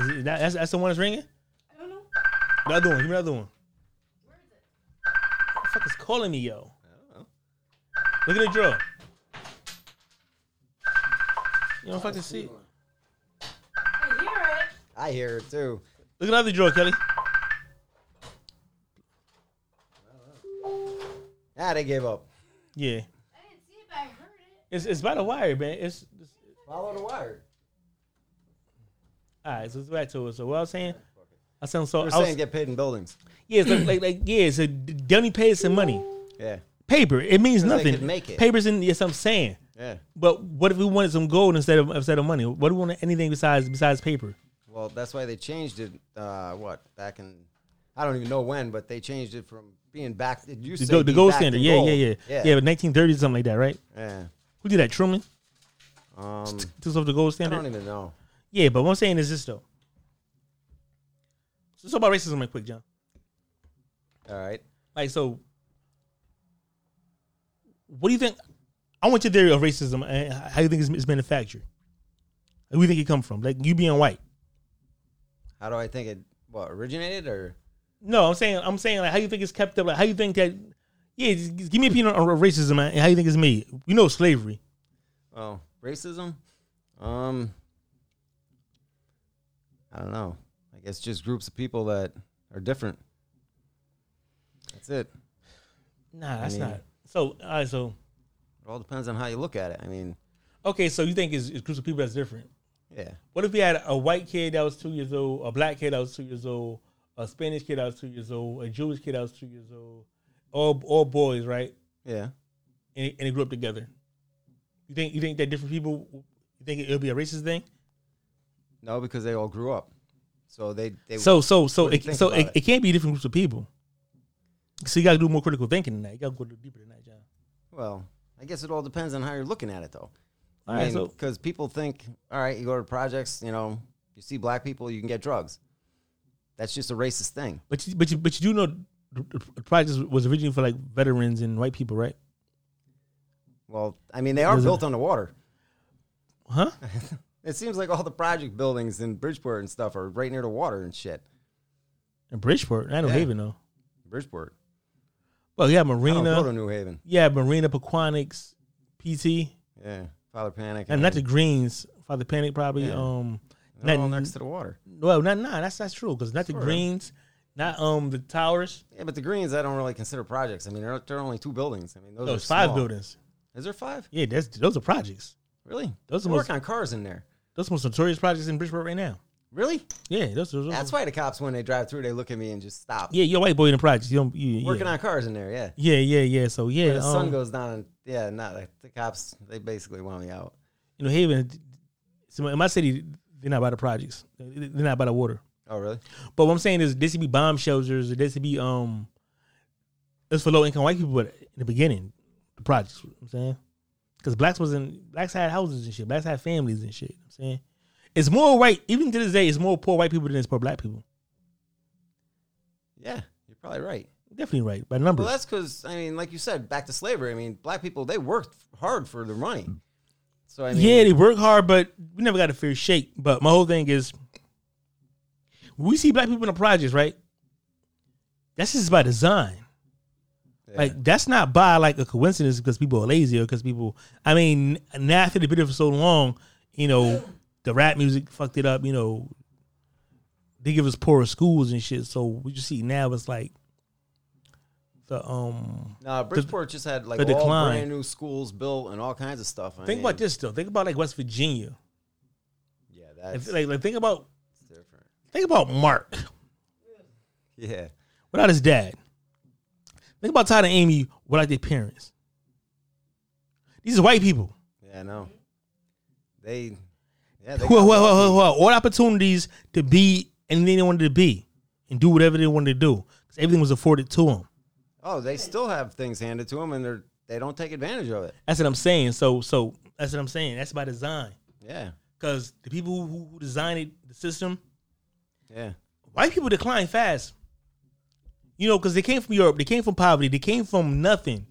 Is it, that, that's, that's the one that's ringing. I don't know. The other one. Give me the other one. What the fuck is calling me, yo? Look at the drawer. You don't fucking see. it. I hear it. I hear it too. Look at the other drawer, Kelly. Ah, they gave up. Yeah. I didn't see it, but I heard it. It's it's by the wire, man. It's, it's Follow the wire. all right. So it's back to it. So what I was saying. I sound so. I They're was, saying get paid in buildings. Yeah, so like like yeah, so they only pay us in money. Yeah. Paper, it means Because they nothing. could make it. Papers in yes, I'm saying. Yeah. But what if we wanted some gold instead of instead of money? What if we wanted anything besides besides paper? Well, that's why they changed it. Uh, what back in? I don't even know when, but they changed it from being back. It used The, to gold, be the gold backed in standard, yeah, gold. yeah, yeah, yeah, yeah. But 1930s, something like that, right? yeah. Who did that? Truman Um, took off the gold I standard. don't even know. Yeah, but what I'm saying is this though. So let's talk about racism, real quick, John. All right. Like, so what do you think? I want your theory of racism and how you think it's, it's manufactured. Where do you think it come from? Like you being white. How do I think it? What originated or? No, I'm saying I'm saying like how you think it's kept up. Like how you think that. Yeah, just give me a opinion on racism man, and how you think it's made. You know, slavery. Oh, racism. Um, I don't know. I guess just groups of people that are different. That's it. It Nah, that's mean- not. So, all right, so all depends on how you look at it. I mean, okay, so you think it's, it's groups of people that's different. yeah, What if we had a white kid that was two years old, a black kid that was two years old, a Spanish kid that was two years old, a Jewish kid that was two years old, all all boys, right? yeah. And, and they grew up together. You think you think that different people? You think it'll be a racist thing? No, because they all grew up, so they they So so so What do you it, think so about it, it? it can't be different groups of people. So you gotta do more critical thinking than that. You gotta go a little deeper than that, John. Well, I guess it all depends on how you're looking at it, though. All right, I mean, so- because people think, all right, you go to projects, you know, you see black people, you can get drugs. That's just a racist thing. But you, but you, but you do know the, the project was originally for like veterans and white people, right? Well, I mean, they are Doesn't- built on the water. Huh? It seems like all the project buildings in Bridgeport and stuff are right near the water and shit. In Bridgeport, I don't Yeah. even know. Bridgeport. Well, yeah, I don't Oh, go Marina. to New Haven. Yeah, Marina Pequanix, PT, Yeah, Father Panic. and not the Greens. Father Panic probably. Yeah. Um, They're all not- next to the water. well, not nah, that's that's true because not the Sort of. Greens, not um the towers. Yeah, but the greens I don't really consider projects. I mean, they're, they're only two buildings. I mean, those Those are five small. buildings. Is there five? Yeah, that's those are projects. Really? Those Those are work most- on cars in there. Those are most notorious projects in Bridgeport right now. Really? Yeah, those. those That's why the cops, when they drive through, they look at me and just stop. Yeah, you're a white boy in the projects. You don't. You, Working yeah. on cars in there, yeah. Yeah, yeah, yeah. So yeah, When the sun um, goes down, and, yeah, not the, the cops. They basically want me out. you know, Haven. So in my city, they're not about the projects. They're not about the water. Oh, really? But what I'm saying is, this should be bomb shelters. This should be um, it's for low income white people. But in the beginning, the projects. You know what I'm saying because blacks wasn't blacks had houses and shit. Blacks had families and shit. You know what I'm saying it's more white. Even to this day, it's more poor white people than it's poor black people. Yeah, you're probably right. Definitely right by numbers. Well, that's because I mean, like you said, back to slavery. I mean, black people they worked hard for their money. So I mean, yeah, they work hard, but we never got a fair shake. But my whole thing is, we see black people in the projects, right? That's just by design. yeah. Like that's not by like a coincidence because people are lazy or because people. I mean, now after they've been there for so long, you know, the rap music fucked it up. You know, they give us poorer schools and shit. So what you see now is like the um. nah, Bridgeport just had like the all decline. brand new schools built and all kinds of stuff. I Think about mean, this though. Think about like West Virginia. Yeah, If, that's like, like think about different. think about Mark Yeah, without his dad. Think about Todd and Amy without their parents. These are white people. yeah, no, they. Yeah, they who, got who, lucky. who, who, all opportunities to be anything they wanted to be and do whatever they wanted to do because everything was afforded to them. Oh, they still have things handed to them, and they're they don't take advantage of it. That's what I'm saying. So, so that's what I'm saying. That's by design Yeah, because the people who, who designed the system, yeah, white people decline fast. You know, because they came from Europe, they came from poverty, they came from nothing.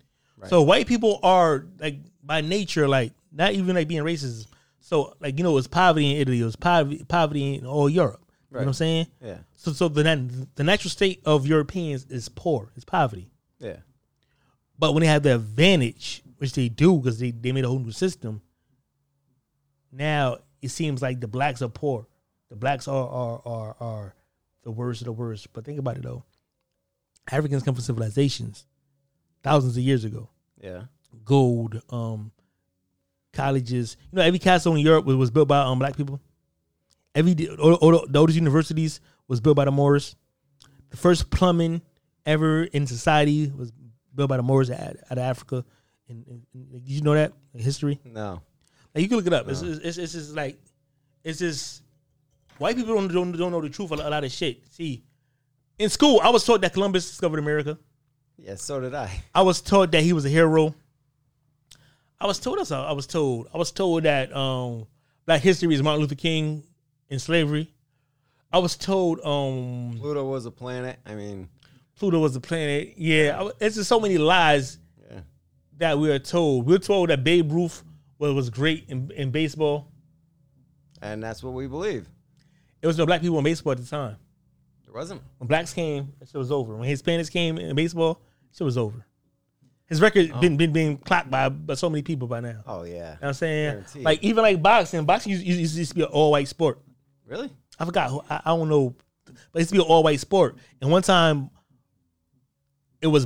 So white people are like by nature, like not even like being racist. So like you know, it was poverty in Italy, it was poverty poverty in all Europe. You know Right. what I'm saying? yeah, So, so the nat- the natural state of Europeans is poor, is poverty. yeah, But when they have the advantage, which they do because they, they made a whole new system, now it seems like the blacks are poor. The blacks are are are, are the worst of the worst. But think about it though, Africans come from civilizations thousands of years ago yeah. gold um colleges. You know, every castle in Europe was, was built by um black people. Every all, all the oldest universities was built by the Moors. The first plumbing ever in society was built by the Moors out, out of Africa. And, and- and- did you know that in history? No, Like, you can look it up. It's, it's, it's, it's just like it's just white people don't don't, don't know the truth of a lot of shit. See, in school, I was taught that Columbus discovered America. yeah. So did I. I was told that he was a hero. I was told us. I was told. I was told that um, Black history is Martin Luther King and slavery. I was told um, Pluto was a planet. I mean, Pluto was a planet. Yeah, I, wa- it's just so many lies yeah, that we are told. We're told that Babe Ruth was, was great in, in baseball. and that's what we believe. It was no black people in baseball at the time. There wasn't. When blacks came, that shit was over. When Hispanics came in baseball, shit was over. His record been been being clocked by, by so many people by now. Oh yeah. You know what I'm saying? Guaranteed. Like even like boxing, boxing used, used, used to be an all white sport. Really? I forgot who I, I don't know, but it used to be an all white sport. And one time, it was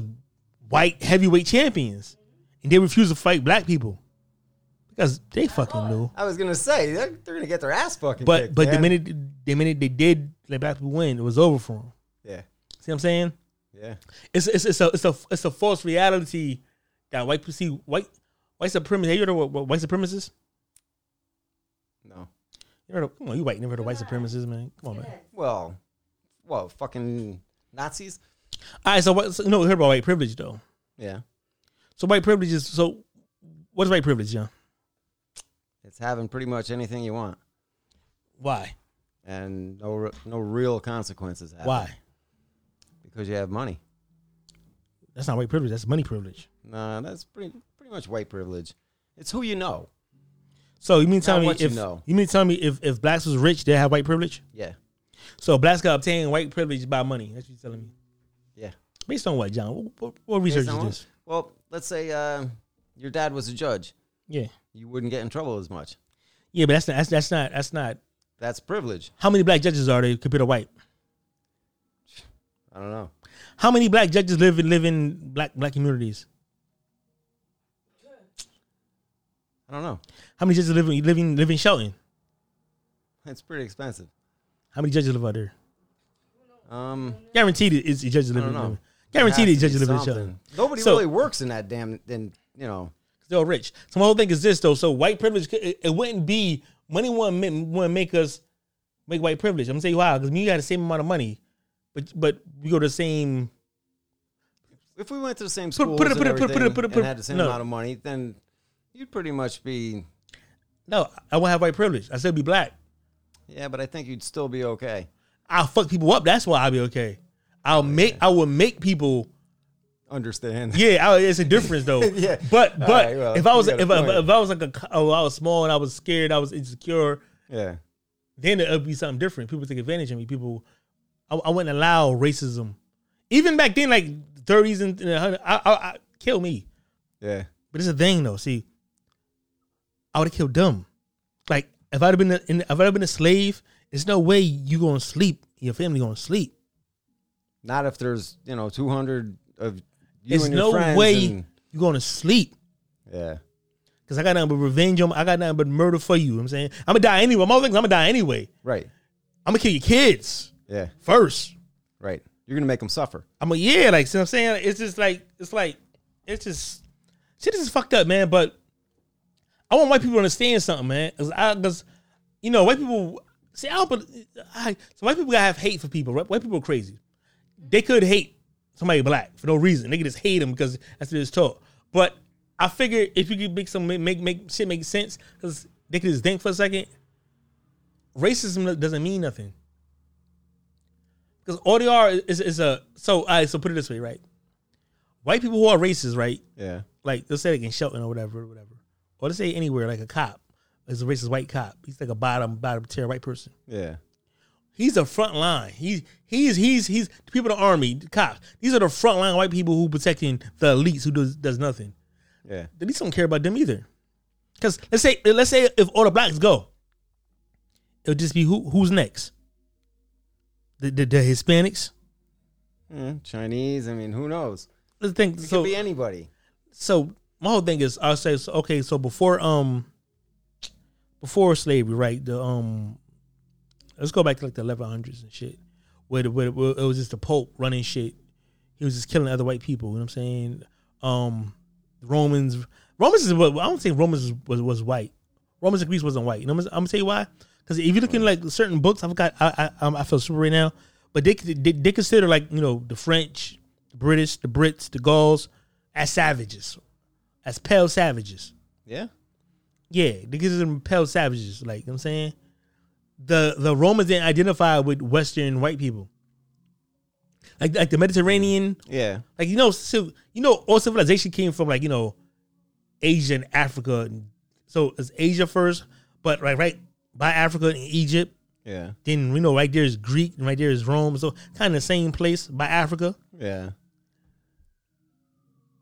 white heavyweight champions, and they refused to fight black people because they fucking knew. I was gonna say they're, they're gonna get their ass fucking. But kicked, but the man. minute the minute they did let black people win, it was over for them. Yeah, See what I'm saying? yeah, It's it's it's a it's a it's a false reality that white people see white white supremacists. Have you heard of what, what white supremacists? no. You heard of, come on, you white never heard of white supremacists, man. Come on, man. Well, well, fucking Nazis. All right, so what? So, no, we heard about white privilege though. Yeah, So white privilege is so. What is white privilege, John? it's having pretty much anything you want, Why? and no re- no real consequences. Happen Why? Because you have money. That's not white privilege. That's money privilege. Nah, that's pretty pretty much white privilege. It's who you know. So you mean to tell Not me what if you you, know. mean to tell me if, if blacks was rich, they have white privilege? Yeah, So blacks got obtained white privilege by money. That's what you're telling me. yeah. Based on what, John? What, what, what research Based is on this? what? Well, let's say uh, your dad was a judge. Yeah, You wouldn't get in trouble as much. yeah, but that's not that's, that's not that's not. That's privilege. How many black judges are there compared to white? I don't know. How many black judges live in live in black black communities? I don't know. How many judges live in live in, live in Shelton? It's pretty expensive. How many judges live out there? Um, Guaranteed, it- it's judges living. don't know. living. Guaranteed, it's has to be judges living in something. Shelton. Nobody So- really works in that damn. Then you know. They're all rich. So my whole thing is this though. So white privilege, could- it, it wouldn't be money. Wouldn't make, wouldn't make us make white privilege. I'm gonna tell you why. Because we got the same amount of money, but but we go to the same. If we went to the same Put- schools put it- and put it- put it- put it- everything put it- put and it- had the same no. amount of money, then you'd pretty much be. No, I won't have white privilege. I still be black. Yeah, but I think you'd still be okay. I'll fuck people up. That's why I'll be okay. I'll Oh, make. I will make people. Understand? Yeah, I, it's a difference though. Yeah. But All but right, well, if I was you if, got a I, point. if I was like a c- oh, I was small and I was scared, I was insecure. yeah. then it would be something different. People take advantage of me. People, I, I wouldn't allow racism. Even back then, like 30s and, and 100, I, I, I kill me. Yeah. But it's a thing though. See, I would have killed them. Like if I'd have been a, in, if I'd have been a slave, there's no way you gonna sleep. Your family gonna sleep. Not if there's you know 200 of you There's and your no friends. way and- you gonna sleep. yeah. Cause I got nothing but revenge on. I got nothing but murder for you. you know what I'm saying I'm gonna die anyway. My whole thing is I'm gonna die anyway. Right. I'm gonna kill your kids Yeah. first. Right. You're gonna make them suffer. I'm like, yeah, like, see what I'm saying? It's just like, it's like, it's just, shit is fucked up, man. But I want white people to understand something, man. Cause I, cause, you know, white people, see, I don't, but I, so white people gotta have hate for people. Right? White people are crazy. They could hate somebody black for no reason. They could just hate them because that's what it's taught. But I figure if you could make some, make, make, make shit make sense, cause they could just think for a second. Racism doesn't mean nothing. Because all they are is, is a so all right, so put it this way, right? White people who are racist, right? Yeah. Like they'll say like in Shelton or whatever, or whatever. Or they say anywhere, like a cop is a racist white cop. He's like a bottom bottom tier white person. Yeah. He's the front line. He he's he's he's the people of the army, the cops. These are the front line white people who protecting the elites who does does nothing. Yeah. The elites don't care about them either. Cause let's say let's say if all the blacks go, it'll just be who who's next? The the, the Hispanics. Mm, Chinese. I mean, who knows? Let's think. It so could be anybody. so my whole thing is I'll say so, okay, so before um before slavery, right? The um let's go back to like the eleven hundreds and shit. Where, the, where, where it was just the Pope running shit. He was just killing other white people, you know what I'm saying? Um Romans Romans is what I don't say Romans was, was, was white. Romans and Greece wasn't white. You know what I'm, I'm gonna tell you why? Because if you look in like certain books, I forgot I I, um, I feel super right now, but they, they they consider like you know the French, the British, the Brits, the Gauls as savages, as pale savages. Yeah. Yeah, they consider them pale savages. Like you know what I'm saying, the the Romans didn't identify with Western white people. Like like the Mediterranean, Yeah. like you know, so you know, all civilization came from like you know, Asia and Africa. and So it's Asia first, but right, right by Africa and Egypt. Yeah. Then you know, right there is Greek, and right there is Rome. So kind of the same place by Africa. Yeah.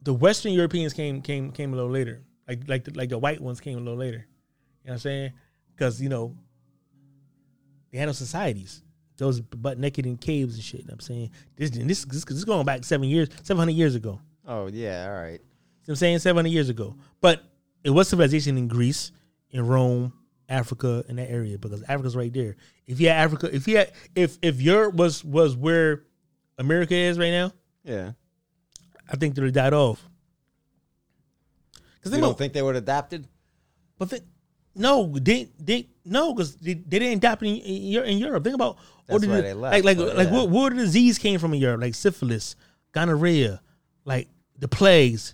The Western Europeans came came came a little later. Like like the, like the white ones came a little later. You know what I'm saying? Because you know, they had no societies. Those butt naked in caves and shit. You know what I'm saying this this this, this is going back seven years, seven hundred years ago. Oh yeah. All right. You know what I'm saying 700 years ago. But it was civilization in Greece, in Rome, Africa, in that area because Africa's right there. If you had Africa, if you had, if if Europe was was where America is right now, Yeah. I think they'd have died off. Because You they don't don't think, think they would have adapted? but they, no, they they no because they, they didn't adapt in, in, Eu- in Europe. Think about all That's the- why they left, Like like but like yeah. what what disease came from in Europe? Like syphilis, gonorrhea, like the plagues.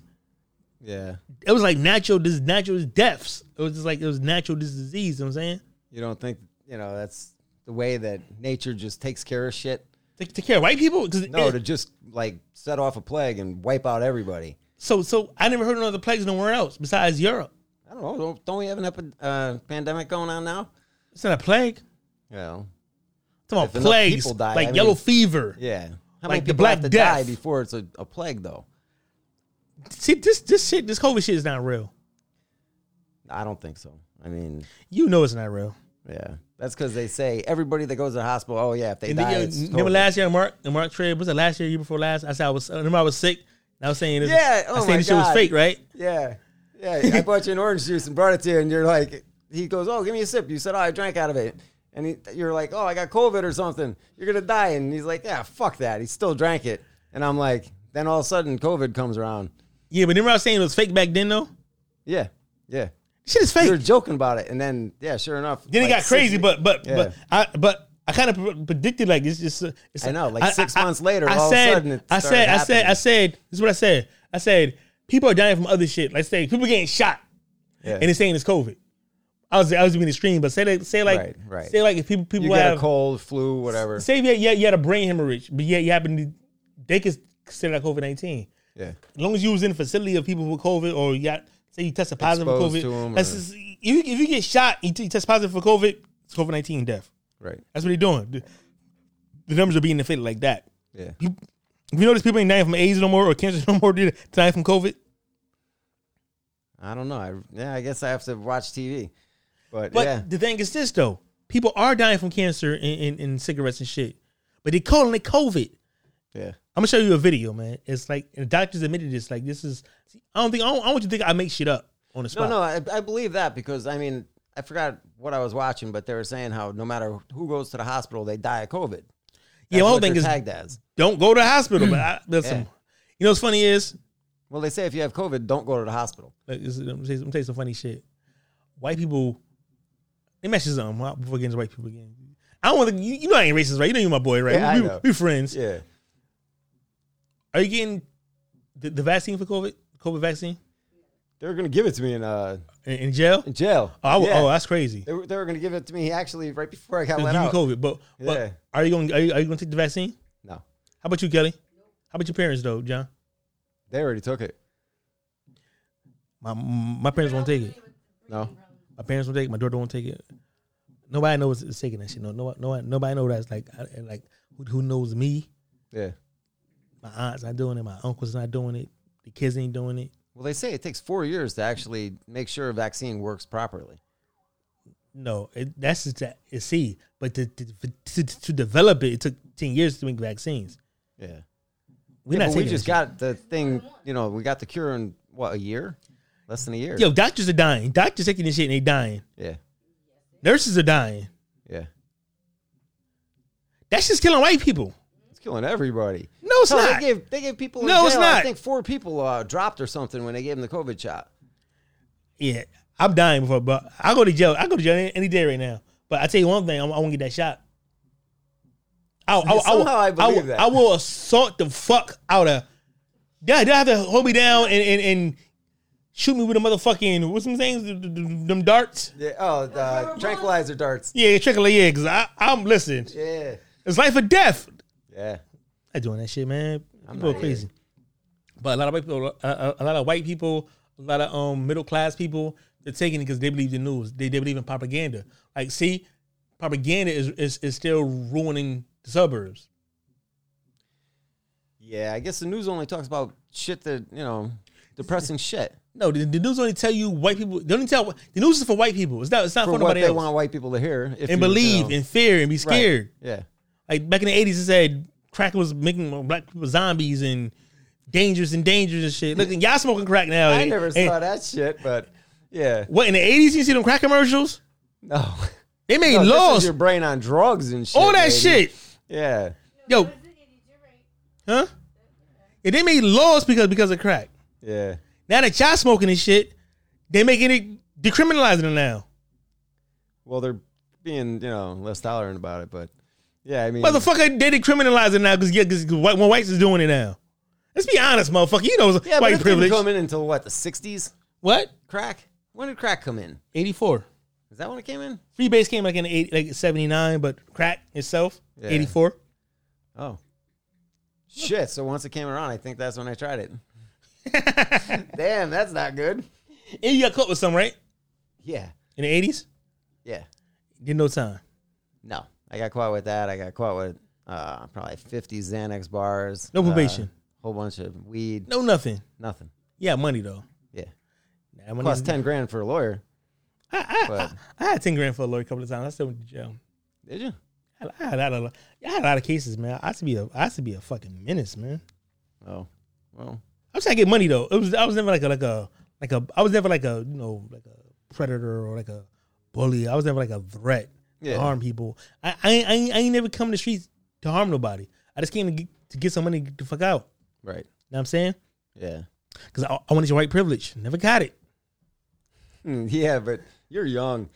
Yeah. it was like natural this natural deaths. It was just like it was natural this disease, you know what I'm saying? You don't think you know that's the way that nature just takes care of shit? Take, take care of white people? 'Cause No, it- to just like set off a plague and wipe out everybody. so so I never heard of another plagues nowhere else besides Europe. I don't know. Don't, don't we have an epi- uh, pandemic going on now? It's not a plague. Well, It's about If enough plagues. people die, like I yellow mean- fever. yeah. Like How many the people have Black to Death. die before it's a, a plague, though? See, this this shit, this COVID shit is not real. I don't think so. I mean, You know it's not real. yeah, that's because they say everybody that goes to the hospital. Oh yeah, if they And die, then, it's you know, uh, remember COVID. last year, Mark, and Mark Trib, was it last year, year before last? I said I was, I remember I was sick. and I was saying this, Yeah, I oh was my saying this shit was God. fake, right? Yeah. Yeah. I bought you an orange juice and brought it to you, and you're like, he goes, Oh, give me a sip. You said, Oh, I drank out of it. And he, you're like, Oh, I got COVID or something. You're going to die. And he's like, Yeah, fuck that. He still drank it. And I'm like, Then all of a sudden, COVID comes around. Yeah, but remember I was saying it was fake back then, though? Yeah. Yeah. Shit is You were fake. joking about it. And then, yeah, sure enough. Then it like got six- crazy, but but but Yeah. I but I kind of pre- predicted like it's just. uh, It's, I know, like six months later, I all of a said, sudden it I started said, I said, I happening. said. This is what I said. I said people are dying from other shit. Like say people getting shot, Yeah. and it's saying it's COVID. I was I was being extreme, but say like say like Right, right. say like if people people You get have a cold, flu, whatever. say yeah yeah you had a brain hemorrhage, but yeah you happen to they could consider that COVID nineteen. Yeah. As long as you was in a facility of people with COVID, or you got say you tested positive Exposed for to COVID, 'em that's or- just, if, you, if you get shot, you, t- you test positive for COVID, it's COVID nineteen death. Right. That's what they're doing. The- The numbers are being inflated like that. Yeah. You, you notice people ain't dying from AIDS no more or cancer no more, they're dying from COVID. I don't know. I, yeah, I guess I have to watch TV. But, But yeah. the thing is this though, people are dying from cancer and, and, and cigarettes and shit, but they calling it COVID. Yeah. I'm gonna show you a video, man. It's like and the doctors admitted this. Like this is, I don't think I don't, I don't want you to think I make shit up on the No, spot. no, I, I believe that because I mean, I forgot what I was watching, but they were saying how no matter who goes to the hospital, they die of yeah, COVID. That's my whole what thing they're is tagged as. don't go to the hospital. but I, that's some, Yeah. you know what's funny is Well, they say if you have COVID, don't go to the hospital. Like, this is- let, me tell you, let me tell you some funny shit. White people, they mess you up before getting to white people again. I don't want to. You, you know I ain't racist, right? You know you my boy, right? Yeah, I we, we- know. we friends. Yeah, Are you getting the, the vaccine for COVID? COVID vaccine they were gonna give it to me in uh in, in jail? in jail. Oh, I w- Yeah. oh, that's crazy. they were, they were gonna give it to me actually right before I got They'll let give you out. COVID, but, but Yeah. are you going? Are you, are you going to take the vaccine? No, How about you, Kelly? How about your parents, though, John? they already took it. My my parents won't take it. No, My parents won't take it. My daughter won't take it. Nobody knows it's taking that shit. No, no, no, nobody knows that's like I- like who, who knows me. yeah. my aunt's not doing it, my uncle's not doing it, the kids ain't doing it. Well, they say it takes four years to actually make sure a vaccine works properly. No, it, that's just that. It's see, but to, to, to, to develop it, it took ten years to make vaccines. Yeah, We're not but taking we just that got the thing. You know, we got the cure in what a year, less than a year. shit. Yo, doctors are dying. Doctors taking this shit and they dying. Yeah, Nurses are dying. yeah. That's just killing white people. It's killing everybody. No, it's No, not. They gave they gave people. In No, it's jail, I not. think four people uh, dropped or something when they gave them the COVID shot. yeah, I'm dying before, but I go to jail. I go to jail any, any day right now. But I tell you one thing, I'm, I won't get that shot. I, I, I, will- Somehow I believe will- that. I will assault the fuck out of. Yeah, they have to hold me down and, and, and shoot me with a motherfucking what's some things Th- th- th- them darts. Yeah. Oh, the tranquilizer darts. Yeah, trickle yeah, cause I, I'm listen. Yeah. It's life or death. Yeah. I doing that shit, man. People not are crazy. But a lot of white people, a, a, a lot of white people, a lot of um middle class people, they're taking it because they believe the news. They they believe in propaganda. Like, see, propaganda is is, is still ruining the suburbs. Yeah. I guess the news only talks about shit that you know, depressing shit No, the, the news only tell you white people. They only tell the news is for white people. It's not it's not for, for what nobody they else. want white people to hear if and you, you believe know- and fear and be Right. scared. Yeah. Like back in the eighties, it said crack was making black people zombies and dangerous and dangerous and shit. Look, y'all smoking crack now. I and- never and- saw that shit, but yeah. What in the eighties? You see them crack commercials? No. They made No, this is laws. your brain on drugs and shit. All that lady. shit. Yeah. Yo, huh? Yeah, they made laws because because of crack. Yeah. Now that y'all smoking this shit, they making it decriminalizing it now. Well, they're being you know less tolerant about it, but yeah. I mean, Motherfucker, they decriminalizing it now because yeah, because white when whites is doing it now. Let's be honest, motherfucker. You know it's yeah, but white it didn't privilege. come in until what the '60s. What? Crack. When did crack come in? Eighty four. Is that when it came in? Freebase came like in eight like seventy nine, but crack itself Yeah. eighty four. Oh. Shit. So once it came around, I think that's when I tried it. Damn, that's not good. And you got caught with some right Yeah. in the eighties. Yeah. Did no time. No. I got caught with that. I got caught with uh, probably 50 Xanax bars. No uh, probation. whole bunch of weed. No nothing. Nothing. Yeah, money though. Yeah. That money- Plus 10 grand for a lawyer. but I had ten grand for a lawyer a couple of times. I still went to jail. did you? I I had, a lot, I had a lot of cases, man. I used to be a, I used to be a fucking menace, man. Oh, well, I was trying to get money though. It was I was never like a like a like a I was never like a you know like a predator or like a bully. I was never like a threat Yeah. to harm people. I I, ain't- I, ain't, I ain't never come to the streets to harm nobody. I just came to get, to get some money to fuck out. right. You know what I'm saying? Yeah. Because I, I wanted your white privilege. Never got it. Hmm, yeah, but you're young.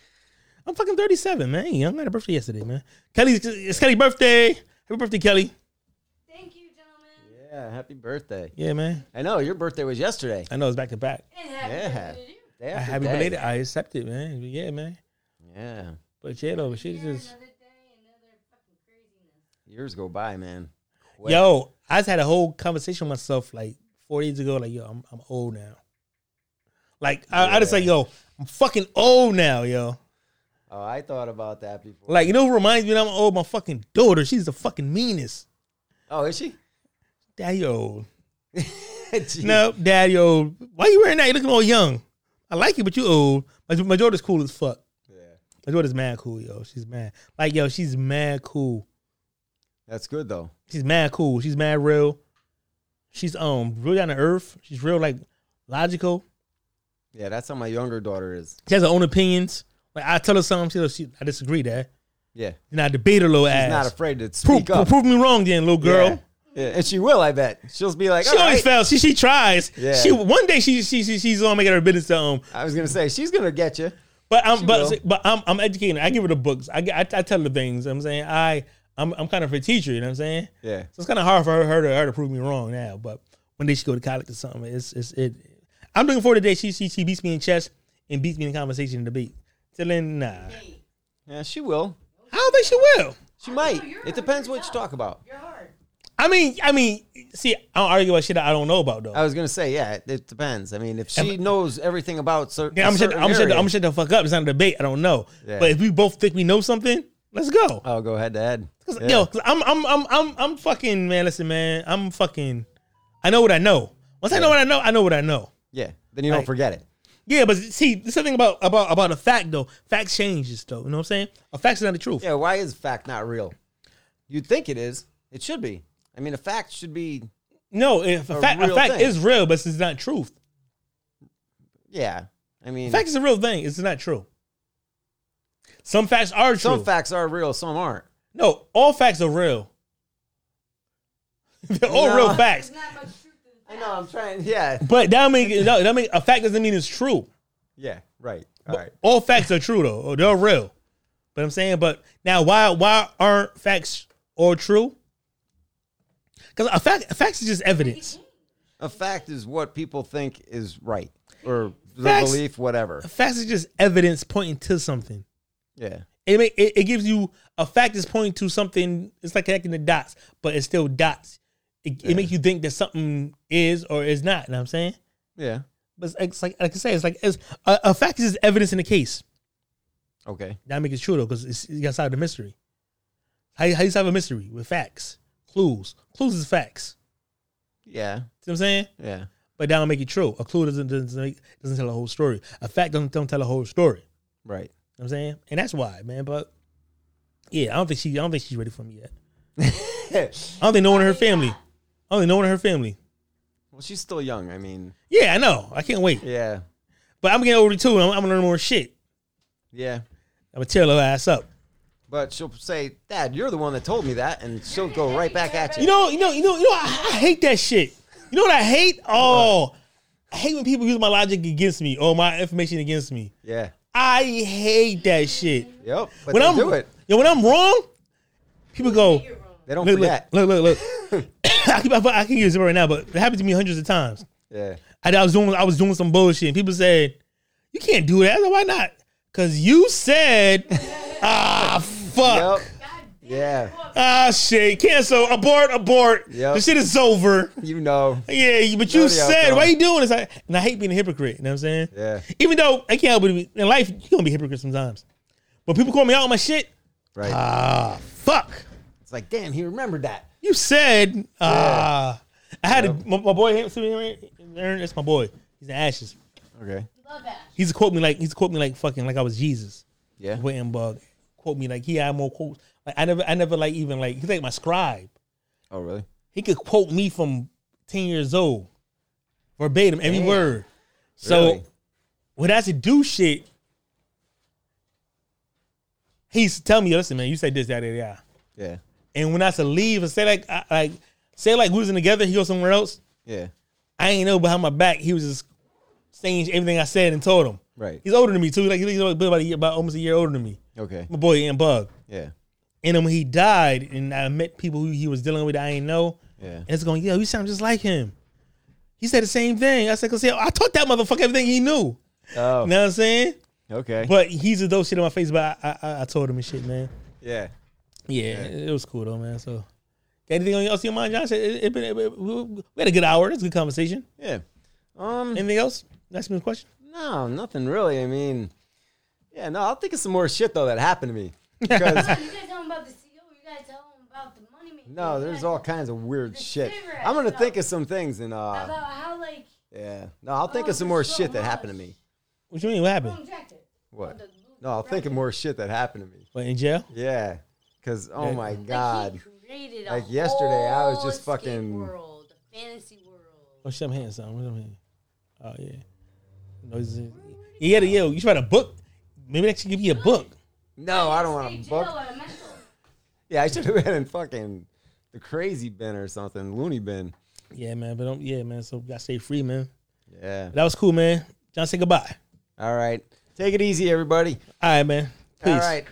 I'm fucking 37, man. I ain't young. I had a birthday yesterday, man. Kelly, it's Kelly's birthday. Happy birthday, Kelly. Thank you, gentlemen. Yeah, happy birthday. Yeah, man. I know, your birthday was yesterday. I know it's back to back. And happy Yeah. birthday to you. Day I after happy day. belated. I accept it, man. But yeah, man. Yeah. But yeah, though, she's Yeah, just. another day, another fucking craziness. Years go by, man. Quick. Yo, I just had a whole conversation with myself like four days ago. Like, yo, I'm I'm old now. Like, I, I just like, yo, I'm fucking old now, yo. Oh, I thought about that before. Like, you know who reminds me that I'm old? My fucking daughter. She's the fucking meanest. oh, is she? Daddy old. Jeez. No, daddy old. Why you wearing that? You looking all young. I like you, but you old. My, my daughter's cool as fuck. Yeah. My daughter's mad cool, yo. She's mad. Like, yo, she's mad cool. That's good, though. She's mad cool. She's mad real. She's um real down to earth. She's real like logical. Yeah, that's how my younger daughter is. She has her own opinions. Like I tell her something, she, goes, she I disagree that. Yeah. Then I debate her little She's ass. not afraid to prove, speak up. prove me wrong, then little girl. Yeah. Yeah, and she will, I bet. She'll be like, She "All always right." fails. She she tries. Yeah. She one day she she, she she's on making her business to um. I was going to say, she's going to get you. But I'm but will. but I'm I'm educating. her. I give her the books. I I, I tell her things. I'm saying I I'm I'm kind of her teacher. You know what I'm saying? Yeah. So it's kind of hard for her, her to her to prove me wrong now. But one day she go to college or something. It's it's it. I'm looking forward to the day she she, she beats me in chess and beats me in conversation and debate. Till then, nah. I Hey, Yeah, she will. don't think she will. She might. you're It depends hard what you to talk about. you're hard. I mean, I mean, see, I don't argue about shit that I don't know about though. I was gonna say, yeah, it, it depends. I mean, if she knows everything about cer- Yeah, I'm a shut, certain, I'm shut, area, I'm shut the fuck up. It's not a debate. I don't know. Yeah. But if we both think we know something, let's go. I'll Oh, go head to head. 'Cause, Yeah. Yo, 'cause I'm I'm I'm I'm I'm fucking man. Listen, man, I'm fucking. I know what I know. Once I know what I know, I know what I know. yeah, then you don't Like- forget it. Yeah, but see, there's something about about about a fact though. Facts changes though. You know what I'm saying? A fact's not the truth. Yeah, why is fact not real? You'd think it is. It should be. I mean, a fact should be. No, if a, A fact a real fact thing. is real, but it's not truth. Yeah, I mean, Fact is a real thing. It's not true. Some facts are true. some facts are real, some aren't. no, all facts are real. They're all real No. facts. There's not much truth in I know. I'm trying. Yeah. But that don't mean no, that mean a fact doesn't mean it's true. Yeah. Right. All right. All facts are true though. or They're real. But I'm saying, but now why why aren't facts all true? Because a fact facts is just evidence. A fact is what people think is right or the Facts- belief, whatever. Facts is just evidence pointing to something. Yeah. It, may, it it gives you a fact is pointing to something. It's like connecting the dots, but it's still dots. It, it makes you think that something is or is not. You know what I'm saying, Yeah. but it's, it's like like I say, it's like it's, a, a fact is just evidence in the case. Okay. That make it true though, because you gotta solve the mystery. How you, how you solve a mystery with facts, clues. Clues is facts. Yeah. See what I'm saying? Yeah. But that don't make it true. A clue doesn't doesn't, make, doesn't tell a whole story. A fact doesn't don't tell a whole story. You Right. know what I'm saying, and that's why, man. But yeah, I don't think she I don't think she's ready for me yet. I don't think no one in her family. I don't think no one in her family. well, she's still young. I mean, Yeah, I know. I can't wait. yeah. But I'm getting older too. And I'm, I'm gonna learn more shit. Yeah. I'm gonna tear her ass up. But she'll say, Dad, you're the one that told me that. And she'll go right back at you. You know, you know, you know, you know. I, I hate that shit. You know what I hate? Oh, I hate when people use my logic against me or my information against me. yeah. I hate that shit. Yep. But When they I'm do it, yo, when I'm wrong, people go You're wrong. they don't look, look, forget. look, look, look. I, can, I can use it right now, but it happened to me hundreds of times. Yeah. I, I was doing I was doing some bullshit, and people said, "You can't do that." I said, Why not? Because you said, "Ah, fuck." Yep. God damn Yeah. it, Wolf. Ah shit, cancel, abort, abort. Yep. The shit is over. You know. Yeah, but know you the said, outcome. why you doing this? I, and I hate being a hypocrite. You know what I'm saying? Yeah. Even though I can't help it. In life, you're going to be a hypocrite sometimes. But people call me out on my shit. Right. Ah, fuck. it's It's like, damn, he remembered that. You said, uh, I had a, my, my boy, Aaron, that's my boy. He's in ashes. Okay. Love that. He's to quote me like, he's to quote me like fucking, like I was Jesus. Yeah. Wittenberg Quote me like, he had more quotes. Like, I never, I never like even like, he's like my scribe. Oh, really? He could quote me from 10 years old, verbatim, every Damn. word. So, Really? when I said do shit, he used to tell me, listen, man, you say this, that, that, that. Yeah. And when I said leave and say like, I, like, say like we was in together, he go somewhere else. Yeah. I ain't know behind my back. He was just saying everything I said and told him. Right. He's older than me too. Like he's about about, a year, about almost a year older than me. Okay. My boy Ian Bug. Yeah. And then when he died, and I met people who he was dealing with, that I ain't know. Yeah. And it's going, yo, you sound just like him. He said the same thing. I said, cause he- I taught that motherfucker everything he knew. Oh. You know what I'm saying? Okay. But he's a dope shit in my face. But I, I, I told him and shit, man. yeah. Yeah, it was cool though, man. So, got anything else on your mind, Josh? It, it been, it- it- we we had a good hour. That's a good conversation. Yeah. Um. Anything else? That's my question. No, nothing really. I mean, yeah. No, I'll think of some more shit though that happened to me because You guys tell him about the CEO. You guys tell him about the money maker. no, You there's guys all tell 'em kinds of weird The shit. cigarettes, I'm gonna though. think of some things and uh, about how like yeah. No, I'll think Oh, of some more so shit that happened to much. me. What you mean? What happened? Boom jacket. What? The blue No, I'll think of bracket. more shit that happened to me. What in jail? Yeah. Cause oh Yeah. my Like, he god. created a Like, yesterday, I was whole just escape fucking- world, a fantasy world. Oh, shit, I'm hearing something. What I'm hearing? Oh yeah. No, it's- you gotta yo. You should write a book. Maybe that should give you a book. No, Oh, I don't Hey, want to Jill, book. a mental. Yeah, I should have been in fucking the crazy bin or something, loony bin. Yeah, man. But don't, yeah, man. So gotta stay free, man. Yeah. But that was cool, man. John, say goodbye. All right. Take it easy, everybody. All right, man. Peace. All right.